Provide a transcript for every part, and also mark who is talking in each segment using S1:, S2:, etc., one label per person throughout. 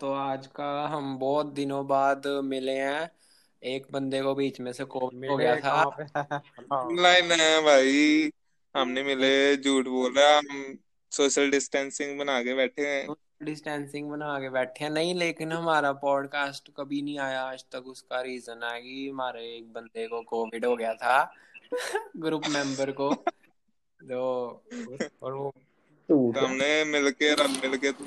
S1: तो आज का हम बहुत दिनों बाद मिले हैं एक बंदे को बीच में से कोविड हो गया
S2: मिले
S1: था
S2: कहाँ पे हाँ
S3: ऑनलाइन है भाई हमने मिले झूठ बोल रहा हम सोशल डिस्टेंसिंग बना के बैठे हैं
S1: डिस्टेंसिंग बना के बैठे हैं नहीं लेकिन हमारा पॉडकास्ट कभी नहीं आया आज तक उसका रीजन है कि हमारे एक बंदे को कोविड हो गया था ग्रुप मेंबर को तो
S2: और वो
S3: तो हमने मिलके रल मिलके तो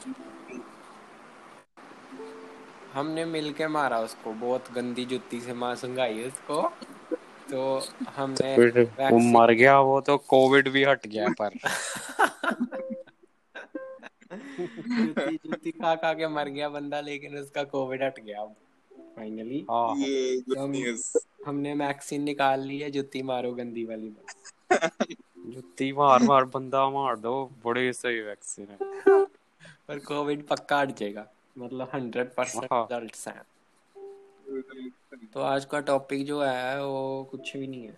S1: हमने मिलके मारा उसको बहुत गंदी जुत्ती से मार संगाई उसको तो हमने
S2: वो
S1: वैक्सीन
S2: मर गया वो तो कोविड भी हट गया पर
S1: जूती जूती खा खा के मर गया बंदा लेकिन उसका कोविड हट गया फाइनली
S2: हाँ हाँ।
S3: ये गुड
S1: हम-
S3: न्यूज
S1: हमने वैक्सीन निकाल ली है जूती मारो गंदी वाली बस
S2: जुत्ती मार मार बंदा मार दो बड़ी सही वैक्सीन है
S1: पर कोविड पक्का हट जाएगा मतलब हंड्रेड परसेंट
S2: हाँ
S1: रिजल्ट हैं तो आज का टॉपिक जो है वो कुछ भी नहीं है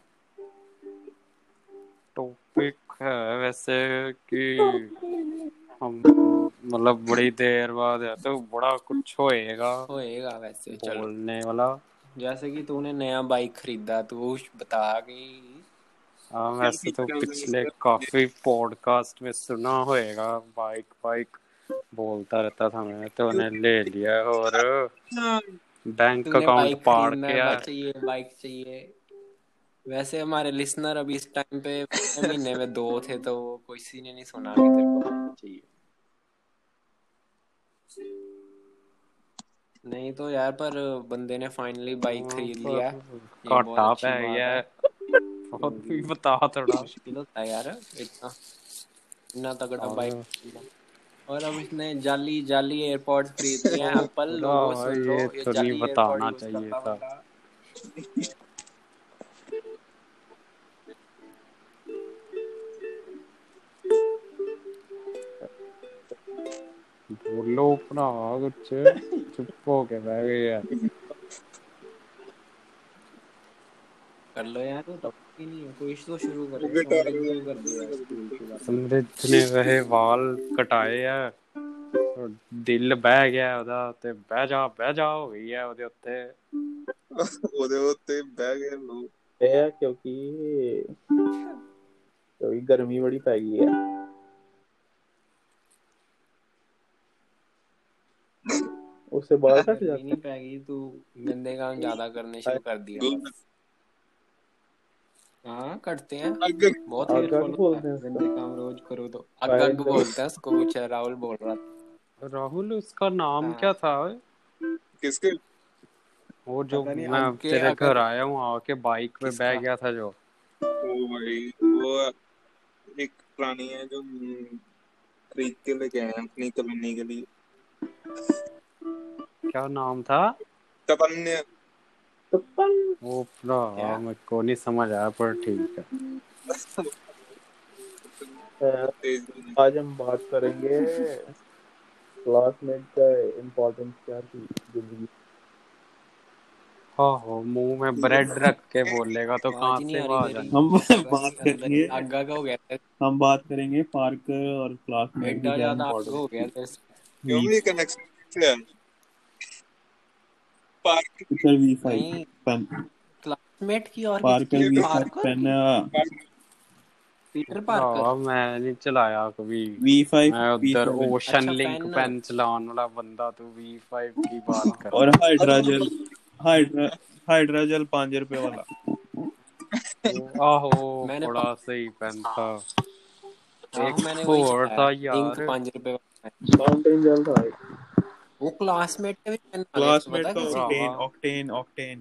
S2: टॉपिक है वैसे कि हम मतलब बड़ी देर बाद है तो बड़ा कुछ होएगा
S1: होएगा वैसे चलो
S2: बोलने वाला
S1: जैसे कि तूने नया बाइक खरीदा तो वो बता कि
S2: हाँ वैसे तो पिछले काफी पॉडकास्ट में सुना होएगा बाइक बाइक बोलता रहता था मैं तो उन्हें ले लिया और बैंक
S1: तूने
S2: अकाउंट
S1: बाइक
S2: पाड़
S1: खरीदना है
S2: किया
S1: बाइक चाहिए बाइक चाहिए वैसे हमारे लिसनर अभी इस टाइम पे पिछले महीने में दो थे तो वो किसी ने नहीं सुना कि तेरे को बाइक चाहिए नहीं तो यार पर बंदे ने फाइनली
S2: हाँ,
S1: बाइक खरीद लिया है। ये बहुत
S2: घाटा
S1: अच्छी
S2: पै
S1: बात
S2: गया
S1: है
S2: बहुत भी बता थोड़ा
S1: मुश्किल होता है यार इतना इतना तगड़ा बाइक
S2: और
S1: खरीदना और अब इसने जाली जाली एयरपॉड्स खरीद लिए हैं एप्पल
S2: थोड़ा
S1: लोगों सुन लो
S2: ये
S1: ये
S2: तो नहीं
S1: जाली एयरपॉड
S2: बताना
S1: यूज
S2: चाहिए
S1: करता
S2: था
S1: बंदा
S2: बोलो अपना कुछ चुप हो के बैठ गया
S1: कर लो यार तो टॉपिक ही नहीं है कोई तो शुरू करो समृद्ध क्यों कर दे यार स्कूल की बात
S2: समृद्ध ने वह वाल कटाए है और दिल बह ਗਿਆ ਉਹਦਾ ਤੇ ਬਹਿ ਜਾ ਬਹਿ ਜਾ ਹੋ ਗਈ ਹੈ ਉਹਦੇ ਉੱਤੇ
S3: ਉਹਦੇ ਉੱਤੇ ਬਹਿ ਗਏ ਲੋਕ
S4: है क्योंकि क्योंकि गर्मी बड़ी पै गई है उससे बाल कट
S1: गर्मी
S4: जाते
S1: नहीं पै गई तू गंदे काम ज्यादा करने शुरू कर दिया
S3: गुड
S1: बस हाँ करते हैं
S3: अग
S1: बहुत
S4: हैं
S1: हेल्पफुल
S4: आग
S1: होता है
S4: बोलते हैं उसको
S1: गंदे काम रोज करो तो अग
S4: भाई
S1: अग बोलते हैं उसको कुछ राहुल बोल रहा था
S2: राहुल उसका नाम
S1: हाँ
S2: क्या था
S3: किसके
S2: वो जो
S1: पता नहीं
S2: मैं
S1: अग के
S2: तेरे
S1: अगर
S2: घर आया हूँ आके बाइक पे बह
S1: किसका
S2: गया था जो
S3: ओ भाई वो एक प्राणी है जो खरीद के लेके आए हैं अपनी कॉलोनी के लिए
S2: क्या नाम था
S3: तपन्य
S4: तो पल
S2: वो भरा
S1: क्या
S2: मेरे को नहीं समझ आया पर ठीक है
S4: अ,
S3: तेज
S4: आज हम बात करेंगे क्लासमेट का इम्पोर्टेंस क्या थी जिंदगी
S2: हाँ हो मुंह में ब्रेड रख के बोलेगा तो
S1: आवाज
S2: कहाँ
S1: ही नहीं
S2: से
S1: आ रही मेरी
S2: आवाज आनी
S4: हम
S1: बस
S4: बात
S1: अंदर
S4: करेंगे
S1: अग अग हो गया तेरे
S4: हम बात करेंगे पार्कर और क्लासमेट की
S1: एड्डा
S4: क्या
S1: ज्यादा अग
S4: इम्पोर्टेंस
S1: हो गया तेरे से
S3: क्यों
S4: वी
S3: ये कनेक्शन है पार्क
S4: पार्कर वी फाइव
S1: नहीं
S4: पेन
S1: क्लासमेट की और किसकी
S4: पार्कर
S3: ये
S4: वी
S3: तो
S1: पार्कर
S4: फाइव पेन
S1: की
S3: पार्क
S1: पीटर पार्कर
S2: भरा हाँ, मैं नहीं चलाया कभी
S4: वी फाइव
S2: मैं
S4: वी
S2: उधर
S4: सेवन
S2: ओशन
S1: अच्छा
S2: लिंक
S1: पेन
S2: पेन चलाने वाला बंदा तू वी फाइव की बात कर
S4: और
S2: रहा है
S4: हाइड्राजेल हाइड्रा हाइड्राजेल पाँच रुपए वाला
S2: वो- आहो
S1: मैंने पा,
S2: बड़ा सही पेन था
S1: आहो
S2: एक
S1: हाँ, मैंने वही
S2: और
S1: चलाया
S2: था
S1: इंक
S2: यार
S1: पांच रुपए वाला है।
S4: माउंटेन जल था एक।
S1: वो क्लासमेट के भी पेन आ गए थे
S4: क्लासमेट
S1: पता है
S4: का
S1: कैसे
S4: ऑक्टेन
S2: भरावा
S4: ऑक्टेन ऑक्टेन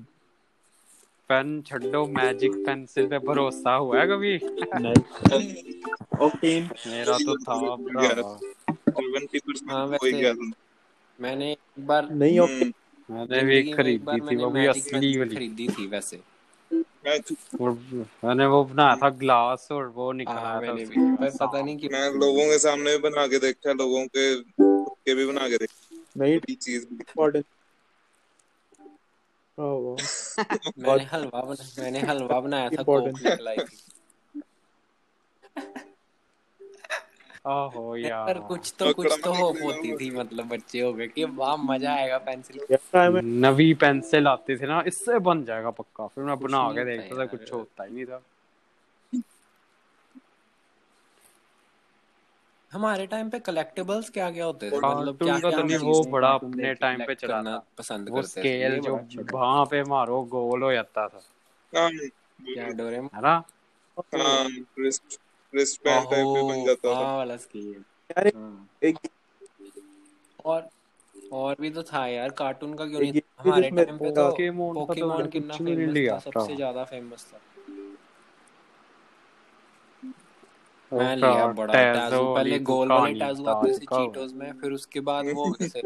S2: पेन छड़ो मैजिक पेंसिल पे भरोसा हुआ है कभी
S4: नहीं ऑक्टेन
S2: मेरा तो था भरावा
S3: सेवेंटी परसेंट
S1: हाँ
S3: हो ही
S1: वैसे
S3: गया था
S1: मैंने एक बार
S4: नहीं ऑक्टेन
S3: हम्म
S2: मैंने भी
S1: जिंदगी में एक बार मैंने मैजिक पेंसिल
S2: खरीदी थी वो भी असली वाली
S1: खरीदी थी वैसे
S3: मैं तो
S2: और मैंने वो बनाया था ग्लास और वो
S1: हाँ
S2: निकला था
S1: मैंने भी
S2: उसके अंदर
S1: पर पता
S2: सांप
S1: नहीं क्यों
S3: मैं लोगों के सामने भी बना के देखा लोगों के खुद के भी बना के
S4: नहीं
S3: देखी चीज भी
S4: ऑक्टेन भरावा
S1: मैंने हलवा तो बना मैंने हलवा बनाया था कोक
S4: इम्पोर्टेंट
S1: निकल आई थी
S2: आहो
S1: पर
S2: यार
S1: कुछ तो कुछ तो होप होती थी मतलब बच्चे हो गए कि वाह मजा आएगा पेंसिल
S4: यार
S2: नवी पेंसिल आती थी ना इससे बन जाएगा पक्का फिर मैं बना
S1: नहीं
S2: के
S1: होता
S2: देखता था
S1: यार।
S2: कुछ होता ही नहीं था
S1: हमारे टाइम पे कलेक्टेबल्स क्या क्या होते थे
S2: Cartoon
S1: मतलब क्या
S2: का तो
S1: क्या
S2: नहीं, वो बड़ा अपने time पे चला
S1: करना
S2: था।
S1: पसंद
S2: वो
S1: करते थे ये
S2: स्केल जो
S1: बड़ा अच्छा था।
S2: वहां पे मारो गोल हो जाता था
S1: क्या
S3: हाँ
S1: डोरेमोन
S2: है ना
S3: हाँ रिस्ट रिस्ट बैंड टाइप पे बन जाता था
S1: हाँ वाला स्केल
S4: एक-
S1: हाँ।
S4: एक
S1: और और भी तो था यार कार्टून का क्यों
S4: एक
S1: नहीं
S4: ये भी
S1: हमारे
S4: जिसमें
S1: टाइम पे तो
S2: पोकेमोन का तो
S1: पोकेमॉन
S2: मैंने
S1: कितना
S2: कुछ भी नहीं
S1: फेमस
S2: लिया
S1: था
S2: था
S1: सबसे ज्यादा फेमस था
S2: वो
S1: मैं हाँ, लिया
S2: टा-
S1: बड़ा
S2: टैज़ो
S1: टैजू
S2: वाली
S1: पहले गोल वाले
S2: दुकान
S1: टैजू
S2: था,
S1: आते थे
S2: उसका वो।
S1: चीटोस में फिर उसके बाद वो हो गए थे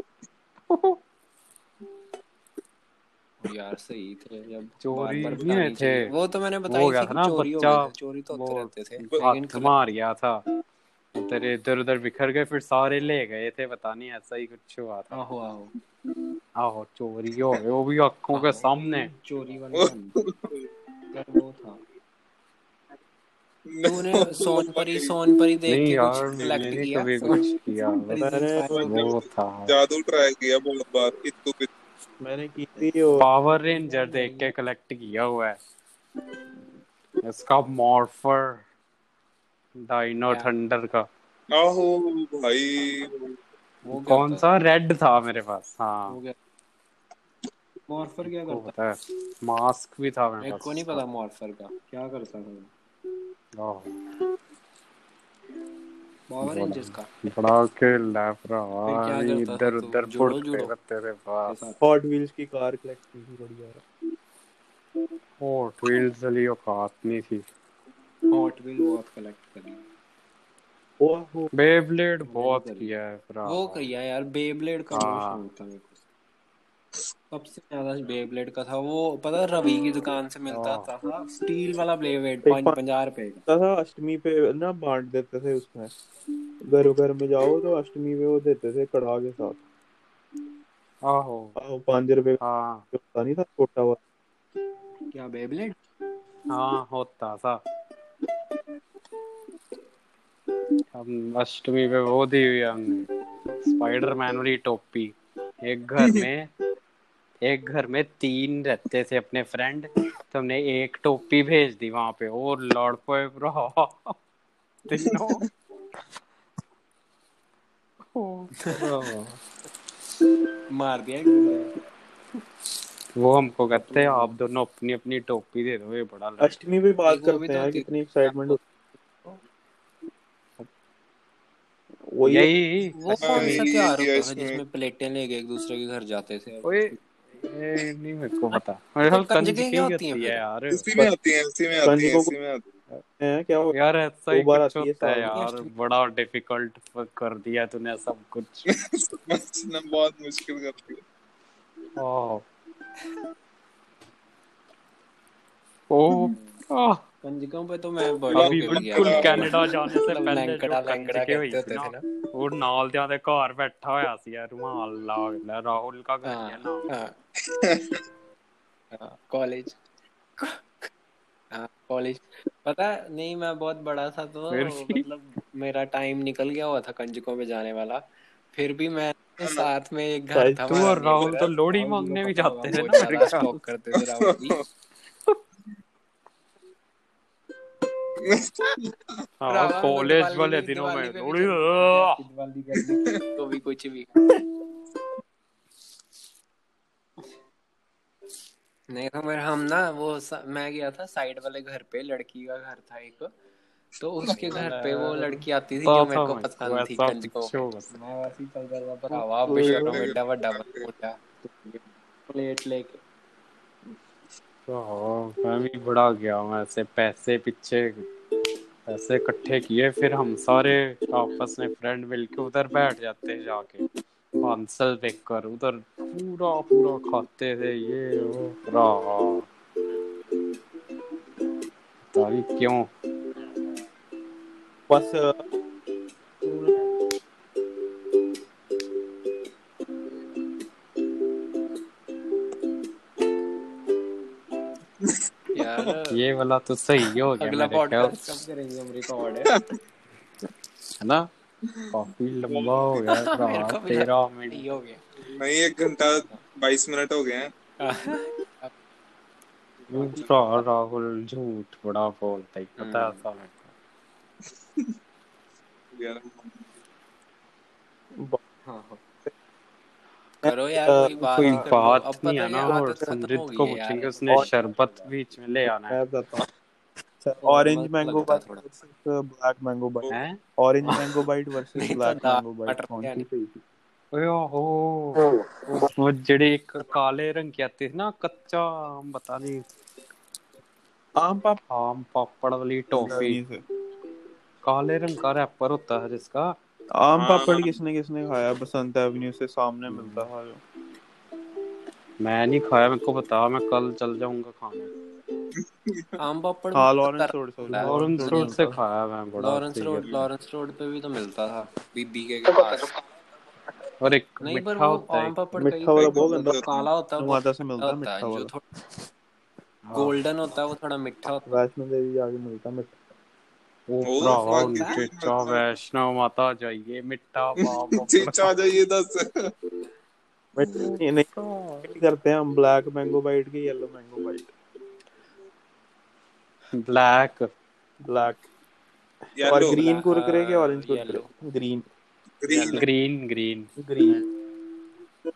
S1: यार सही थे जब
S2: चोरी
S1: बार-बार बतानी
S2: नहीं हुए थे।
S1: चाहिए। वो तो मैंने
S2: हो
S1: बताई
S2: गया
S1: थी
S2: था
S1: कि
S2: ना,
S1: चोरी हो
S2: बच्चा,
S1: गई थी चोरी तो होते
S2: वो
S1: रहते थे लेकिन
S2: हाथ मार गया था उधर इधर उधर बिखर गए फिर सारे ले गए थे पता नहीं ऐसा ही कुछ हुआ था
S1: आहो आहो
S2: आहो चोरी हो गए वो भी आंखों के सामने
S1: चोरी वाला
S3: ओह,
S1: था यार वो था तूने सोनपरी सोनपरी देख
S2: नहीं
S1: के
S2: यार
S1: कुछ
S2: मैंने
S1: कलेक्ट
S2: नहीं
S1: किया
S2: कभी कुछ
S1: सोन-
S2: किया
S1: सोनपरी
S4: मैंने
S1: से fire
S3: तो-
S2: वो था
S3: जादू ट्राई किया बहुत बार इत्तू पित्तू
S4: मैंने की थी और
S2: पावर रेंजर देख के कलेक्ट किया हुआ है इसका मॉर्फर डाइनो
S1: क्या?
S2: थंडर का
S3: आहो भाई
S1: वो क्या
S2: कौन
S1: होता
S2: सा रेड था मेरे पास
S1: था?
S2: हाँ
S1: वो क्या मॉर्फर क्या
S2: को
S1: करता
S2: पता है मास्क भी था मेरे
S1: मेरे
S2: पास
S1: को नहीं
S2: उसका।
S1: पता मॉर्फर का क्या करता था वो?
S2: ओह,
S1: पावर रेंजर्स का
S2: बड़ा के
S1: फिर क्या
S2: लेफ्ट
S1: करता था
S2: इधर
S1: तू?
S2: उधर
S1: जुड़ो,
S2: पड़ते
S1: जुड़ो।
S2: रहते थे
S1: के
S2: बस
S1: साथ
S4: हॉट व्हील्स की कार कलेक्ट की थी बड़ी यार
S2: हॉट व्हील्स वाली औकात नहीं थी
S1: हॉट व्हील बहुत कलेक्ट करी
S4: ओ हो
S2: बेब्लेड बहुत
S1: करी।
S2: किया है भरा
S1: वो करिया यार बेब्लेड का बहुत
S2: हाँ।
S1: शौक था मेरे को सबसे ज्यादा बेब्लेड का था वो पता है, रवि की दुकान से मिलता
S2: हाँ।
S1: था, था स्टील वाला ब्लेड
S4: एक
S1: पाँच
S4: पाँच-
S1: पंजा रुपए का
S4: होता था अष्टमी पे ना बांट देते थे उसमें घरों घर में जाओ तो अष्टमी में वो देते थे कड़ा के साथ
S2: आहो
S4: आओ, पाँच रुपए का
S2: हाँ
S4: जो होता नहीं था छोटा हुआ
S1: क्या बेब्लेड
S2: हाँ होता था हम अष्टमी पे वो दी हुई है हमने स्पाइडरमैन वाली टोपी एक घर में एक घर में तीन रहते थे अपने फ्रेंड तो हमने एक टोपी भेज दी वहां पे और लड़ पे रहा तीनों हाँ।
S1: मार दिया एक
S2: हम्म।
S1: दूसरे को।
S2: वो हमको कहते हैं आप दोनों अपनी अपनी टोपी दे दो ये बड़ा लड़
S4: अष्टमी पे बात
S1: एक वो भी
S4: करते हैं
S1: तो
S4: यार
S1: होती
S4: कितनी
S1: थी।
S4: एक्साइटमेंट होती वही
S2: यही
S1: वो कौन
S2: अष्टमी
S1: सा
S3: हाँ,
S1: त्योहार होता
S3: ये-
S1: था
S3: इसमें-
S1: जिसमें प्लेटें लेके एक दूसरे के घर जाते थे
S2: ओए ये नहीं मेरे को पता मेरे
S1: तो
S2: ख्याल
S1: कंजकें
S2: कंजकें
S1: क्या
S2: ही
S1: होती हैं
S2: होती है
S1: फिर?
S2: यार
S3: इसी में आती है इसी में आती है
S4: कंजकों को-
S3: इसी में आती है
S4: हैं क्या वो
S2: यार ऐसा
S4: दो
S2: ही
S4: बार
S2: कुछ
S4: आती है
S2: होता है
S4: साल में।
S2: यार
S1: अष्टमी-
S2: बड़ा डिफिकल्ट कर दिया तूने सब कुछ
S3: समझना बहुत मुश्किल करती है
S2: ओह ओह आह,
S1: कंजकों पे तो मैं बड़े
S2: अभी
S1: होके भी गया
S2: बिल्कुल
S1: था
S2: कनाडा जाने से
S1: मतलब
S2: पहले जो
S1: लैंकड़ा लैंकड़ा
S2: कंजके
S1: कहते
S2: होई
S1: होते
S2: थी
S1: थे
S2: ना
S1: ना
S2: ਉਹ ਨਾਲ ਦਿਆਂ ਦੇ ਘਰ ਬੈਠਾ ਹੋਇਆ ਸੀ ਯਾਰ ਰੁਮਾਲ ਲਾ ਲੈ ਰਾਹੁਲ ਦਾ ਘਰ ਹੀ ਹੈ ਨਾ
S1: हाँ हाँ Ah, कॉलेज हाँ कॉलेज पता है, नहीं मैं बहुत बड़ा था तो
S2: फिर भी?
S1: मतलब मेरा टाइम निकल गया हुआ था कंजकों में जाने वाला फिर भी मैं साथ में एक घर
S4: शायद
S1: था
S2: तू
S1: हमारा
S2: और राहुल तो
S1: neighbor,
S2: लोहड़ी
S1: राहुल को
S2: मांगने भी
S1: पता होगा
S2: जाते थे
S1: बहुत
S2: ना मेरे
S1: ज्यादा
S2: ख्याल
S1: स्टॉक
S2: से।
S1: करते थे राहुल की
S2: ਹਾਂ
S1: राहुल तो
S2: ਕਾਲਜ
S1: दिवाली
S2: ਵਾਲੇ
S1: में-
S2: ਦਿਨੋਂ ਮੈਂ
S1: दिवाली पे भी
S2: ਲੋਹੜੀ
S1: चल
S2: ਆਹ,
S1: जाते थे, दिवाली करने तो भी कुछ भी नहीं तो मेरे हम ना वो स- मैं गया था साइड वाले घर पे लड़की का घर था एक तो उसके घर पे वो लड़की आती थी जो
S2: ਤਾਂ
S1: मेरे
S2: ਤਾਂ
S1: को
S2: ਮੈਂ
S1: पसंद थी
S2: ਐਸਾ
S1: ਕੰजकों
S2: ਕੁਛ
S1: पे
S2: ਹੋ ਗਿਆ
S1: मैं वैसे ही चलता था भरावा
S4: ओए।
S1: बिछड़ो एड्डा बड्डा बंदा प्लेट लेके
S2: हाँ मैं भी बड़ा गया हूँ ऐसे पैसे पीछे पैसे इकट्ठे किए फिर हम सारे आपस में फ्रेंड मिलके उधर बैठ जाते हैं जाके बांसल देखकर उधर पूरा पूरा खाते थे ये वो रहा पता नहीं क्यों
S4: बस
S1: यार
S2: ये वाला तो सही हो गया
S1: अगला
S2: मेरे ख्याल
S1: पॉडकास्ट
S2: से,
S1: कब करेंगे हम रिकॉर्ड
S2: है ना काफी लंबा हो गया
S1: मेरे को
S2: भरा
S1: भी
S2: तेरह
S1: ये
S2: मिनट
S1: हो गया
S3: नहीं एक घंटा बाईस मिनट हो गए हैं
S1: हाँ।
S2: भरा राहुल झूठ बड़ा बोलता है पता है
S1: हम्म।
S2: साला
S3: यार
S1: हाँ हाँ करो यार
S4: अ,
S1: कोई बात
S2: कोई
S1: नहीं करो।
S2: बात
S1: अब
S2: नहीं
S1: पता
S2: है ना
S1: आदत खत्म हो गई
S2: और समृद्ध को
S1: है यार।
S2: पूछेंगे उसने
S4: और-
S2: शरबत बीच में ले आना है
S4: मैं बताता हूँ
S1: वो
S4: ऑरेंज
S1: मस्त
S4: मैंगो
S1: लगता है
S4: बाइट
S1: थोड़ा।
S4: वर्सेस ब्लैक मैंगो बाइट
S2: हैं
S4: ऑरेंज मैंगो बाइट वर्सेस
S1: नहीं तो
S4: ब्लैक
S1: दाल
S4: मैंगो बाइट
S1: कट
S4: कौन
S1: रहे
S4: सी
S1: हैं।
S4: सही थी
S2: ਓਏ ਆਹੋ ਉਹ ਜਿਹੜੇ ਇੱਕ ਕਾਲੇ ਰੰਗ ਕੇ ਆਤੇ ਸੀ ਨਾ ਕੱਚਾ ਆਮ ਪਤਾ ਨਹੀਂ
S4: आम पापड़ी
S2: ਆਮ ਪਾਪੜ ਵਾਲੀ ਟੌਫੀ
S4: से
S2: काले रंग का रैपर होता है जिसका
S4: आम
S3: हाँ।
S4: पापड़ किसने किसने खाया बसंत एवेन्यू से सामने
S1: हम्म।
S4: मिलता था जो
S2: मैं नहीं खाया मेरे को बता मैं कल चल जाऊंगा खाने
S1: आम पापड़
S4: हाँ
S1: बहुत
S4: लॉरेंस
S1: तर-
S4: रोड से
S1: लॉरेंस
S2: लॉरेंस रोड से
S4: मिलता था।
S2: खाया मैं बड़ा
S1: लॉरेंस
S2: सही
S1: रोड
S2: है।
S1: लॉरेंस रोड पे भी तो मिलता था बीबी के पास
S2: और एक
S1: नहीं पर
S2: मिठा
S1: वो
S2: होता है
S1: आम पापड़ कई
S4: मिठा वाला
S3: कई
S4: बहुत गंदा
S3: तो
S1: काला होता है वो
S4: माता से मिलता
S1: थोड़ा होता
S4: मिठा
S1: है जो
S4: वाला
S1: थोड़ा
S2: हाँ,
S1: गोल्डन होता है वो थोड़ा मिठा होता
S4: वैष्णो देवी जाके मिलता मिठा
S2: वो
S3: वो
S2: भरावा
S3: बाकी
S2: उनके
S3: भी
S2: चा
S3: मतलब-
S2: वैष्णव माता जाइए मिठा बाप
S3: चीचा आ जाइए दस
S4: मिठा नहीं नहीं नहीं करते हैं हम ब्लैक मैंगो बाइट की yellow mango bite
S2: black
S4: black और
S3: येलो
S4: ग्रीन
S1: Black-
S4: कुरकुरे के
S1: हाँ,
S4: orange Kurkure green
S3: green
S2: green green
S4: green
S1: है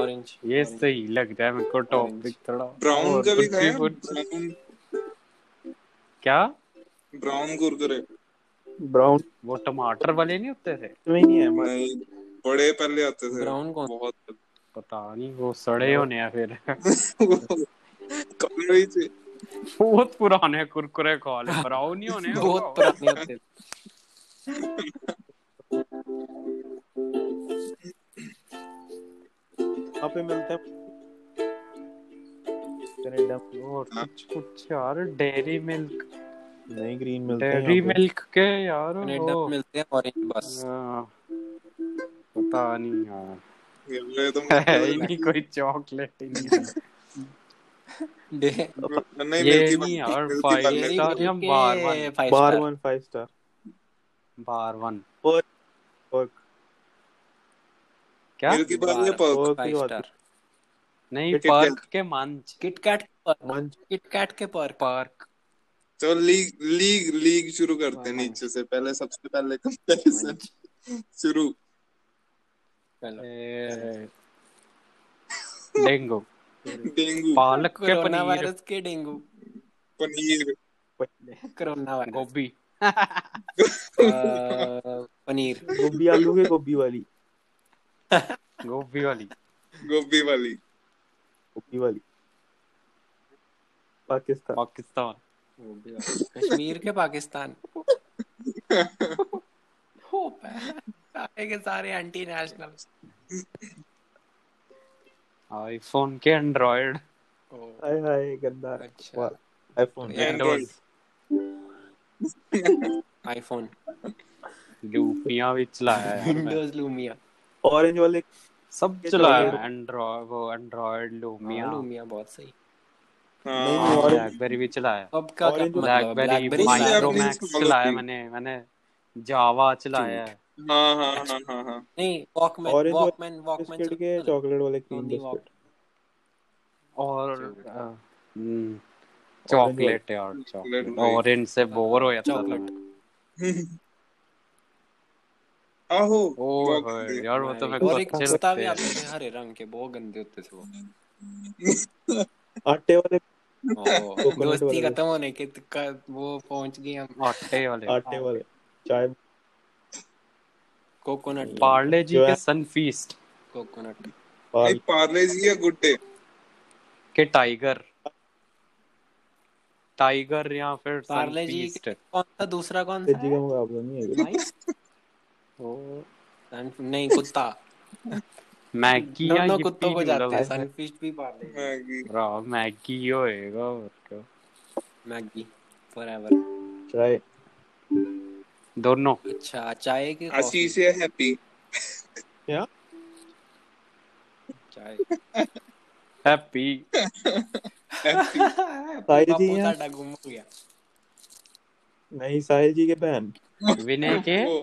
S1: ऑरेंज
S2: ये सही लग रहा है मेरे को टॉपिक थोड़ा
S3: ब्राउन
S4: और
S3: कभी
S2: कुछ भी
S3: खाए
S2: कुछ-
S3: ब्राउन
S2: क्या
S3: ब्राउन कुरकुरे
S4: ब्राउन
S2: वो टमाटर वाले नहीं होते थे
S4: में ही है हमारे
S3: नहीं बड़े पहले आते थे
S1: ब्राउन कौन
S3: बहुत
S2: पता नहीं वो सड़े होने हैं फिर
S3: कभी भी
S2: बहुत पुराने कुरकुरे खा ले ब्राउन ही होने हैं तो वो।
S1: बहुत पुराने होते थे।
S4: यहाँ पे मिलते हैं कनाडा में।
S2: और कुछ कुछ यार डेयरी मिल्क
S4: नहीं ग्रीन मिलते हैं
S2: डेयरी
S4: यहाँ पे।
S2: मिल्क के यार
S1: कनाडा
S2: वो
S1: में मिलते हैं ऑरेंज बस
S2: आ, पता नहीं यार
S3: ये तो
S2: है ही नहीं कोई चॉकलेट ही नहीं
S1: डे-
S3: नहीं
S2: ये
S3: मिल्की
S2: नहीं
S3: बार
S2: यार five
S3: milky bar
S1: dairy
S2: star या
S1: मिल्क
S2: बार
S1: के
S2: one
S1: five
S4: bar
S1: star
S4: one five star
S2: bar one
S4: और और
S2: क्या
S3: मिल्की बार या
S1: बार।
S3: पर्क
S4: और की
S1: फाइव
S4: बात
S1: स्टार
S2: नहीं
S4: किट-
S2: पार्क के मंच
S1: किटकैट के पर्क
S2: हाँ।
S4: मंच
S1: किटकैट के पर्क
S2: पार्क
S3: चलो लीग लीग लीग शुरू करते हैं
S2: हाँ,
S1: मंच।
S3: नीचे से पहले सबसे पहले कंपैरिजन
S1: मंच
S3: शुरू
S1: चलो
S2: डेंगू
S3: डेंगू
S2: पालक के
S1: कोरोना
S2: पनीर
S1: वायरस के डेंगू
S3: पनीर
S1: कोरोना वायरस
S2: गोभी
S1: अ, पनीर
S4: गोभी आलू के गोभी वाली
S2: गोभी वाली
S3: गोभी वाली
S4: गोभी वाली पाकिस्तान
S2: पाकिस्तान
S1: कश्मीर के पाकिस्तान हो पाया। सारे के सारे एंटी नेशनल
S2: आईफोन के एंड्रॉयड
S4: हाय हाय गंदा
S1: अच्छा।
S4: IPhone
S1: Yeah.
S3: Android.
S2: Windows
S1: iPhone
S2: यूपिया भी चलाया यार मैं।
S1: विंडोज लूमिया हाँ,
S4: ऑरेंज वाले
S2: सब
S4: के
S2: चलाया
S4: चलाया।
S2: एंड्रॉयड वो एंड्रॉयड लूमिया
S1: हाँ, लूमिया बहुत सही
S4: नहीं,
S3: हाँ
S4: और-
S2: ब्लैकबेरी भी चलाया
S1: अब का क्या
S4: Orange
S1: मतलब है
S2: ब्लैकबेरी
S1: ब्लैकबेरी
S3: Blackberry
S1: चलाया
S3: से
S1: तुमने?
S3: अपनी
S2: माइक्रोमैक्स चलाया मैंने मैंने जावा चलाया है
S3: हाँ हाँ हाँ हाँ हाँ
S1: नहीं वॉकमैन
S4: Orange वाले
S1: वॉकमैन वॉकमैन
S4: बिस्किट के चॉकलेट वाले क्रीम
S1: Only
S4: बिस्किट
S2: और अ, हम्म, चॉकलेट यार
S3: Chocolate
S2: चॉकलेट
S3: भाई।
S2: ऑरेंज से बोर हो जाता था
S1: Chocolate।
S2: मैं।
S3: आहो
S2: ओह होए, यार वो तो मेरे को
S1: और एक
S2: अच्छे
S1: पिस्ता भी आते
S2: लगते हैं
S1: थे हरे रंग के बहुत गंदे होते थे वो
S4: आटे वाले
S1: ओ,
S4: Coconut
S1: दोस्ती
S4: वाले।
S1: खत्म होने के का- वो पहुंच गए हम
S2: आटे वाले
S4: आटे वाले चाय
S1: कोकोनट
S2: पार्ले जी
S4: जो
S2: के
S4: है-
S2: सनफीस्ट
S1: कोकोनट
S4: पाल
S3: पार्ले जी या गुड डे
S2: के टाइगर टाइगर या फिर
S1: पार्ले जी
S2: सनफीस्ट
S1: के- कौन सा दूसरा कौन
S4: से
S1: सा
S4: जी
S1: है
S4: का मुकाबला नहीं है
S1: भाई सन- नहीं कुत्ता
S2: मैगी या
S1: दोनों कुत्तों
S2: यिप्पी
S1: को जाते हैं
S2: नूडल्स
S1: सनफिश भी पार्ले
S4: हाँ।
S1: जी
S3: मैगी
S2: भरा मैगी होएगा और क्या
S1: मैगी फॉरएवर
S4: चाय
S2: दोनों
S1: अच्छा चाय की कॉफी
S3: आशीष या हैप्पी
S4: क्या
S1: चाय
S2: हैप्पी
S4: साहिल जी
S1: बापू
S4: हैं?
S1: साडा गुम हो गया
S4: नहीं साहिल जी के बहन
S2: विनय के
S3: वो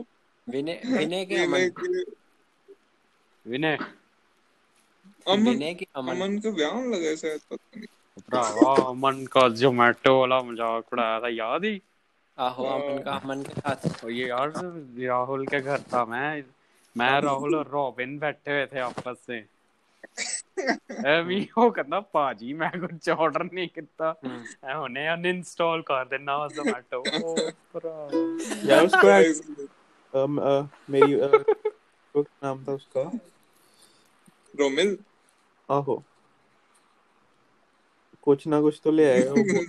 S1: विनय विनय के
S3: विनय
S1: अमन
S3: के-
S2: विनय
S3: अमन
S1: विनय के अमन
S3: अमन का ब्याह होने तो लगा है शायद पता नहीं
S2: भरावा अमन का जोमेटो वाला मजाक उड़ाया था याद ही
S1: आहो
S3: हाँ।
S1: अमन का अमन के साथ
S2: और तो ये यार राहुल के घर था मैं मैं राहुल और रॉबिन बैठे हुए थे आपस से ਐਵੇਂ ਉਹ ਕਹਿੰਦਾ ਭਾਜੀ ਮੈਂ ਕੁਝ ਆਰਡਰ ਨਹੀਂ ਕੀਤਾ
S1: हम्म।
S2: ਐ ਹੁਣੇ ਅਨਇੰਸਟਾਲ ਕਰ ਦੇਣਾ ਜ਼ੋਮੈਟੋ ਉਹ ਭਰਾ
S4: यार उसको hack-
S3: इसलिए
S4: अम, अ, मेरी अ, वो क्या नाम था उसका
S3: रोमिल
S4: आहो कुछ ना कुछ तो ले आएगा वो।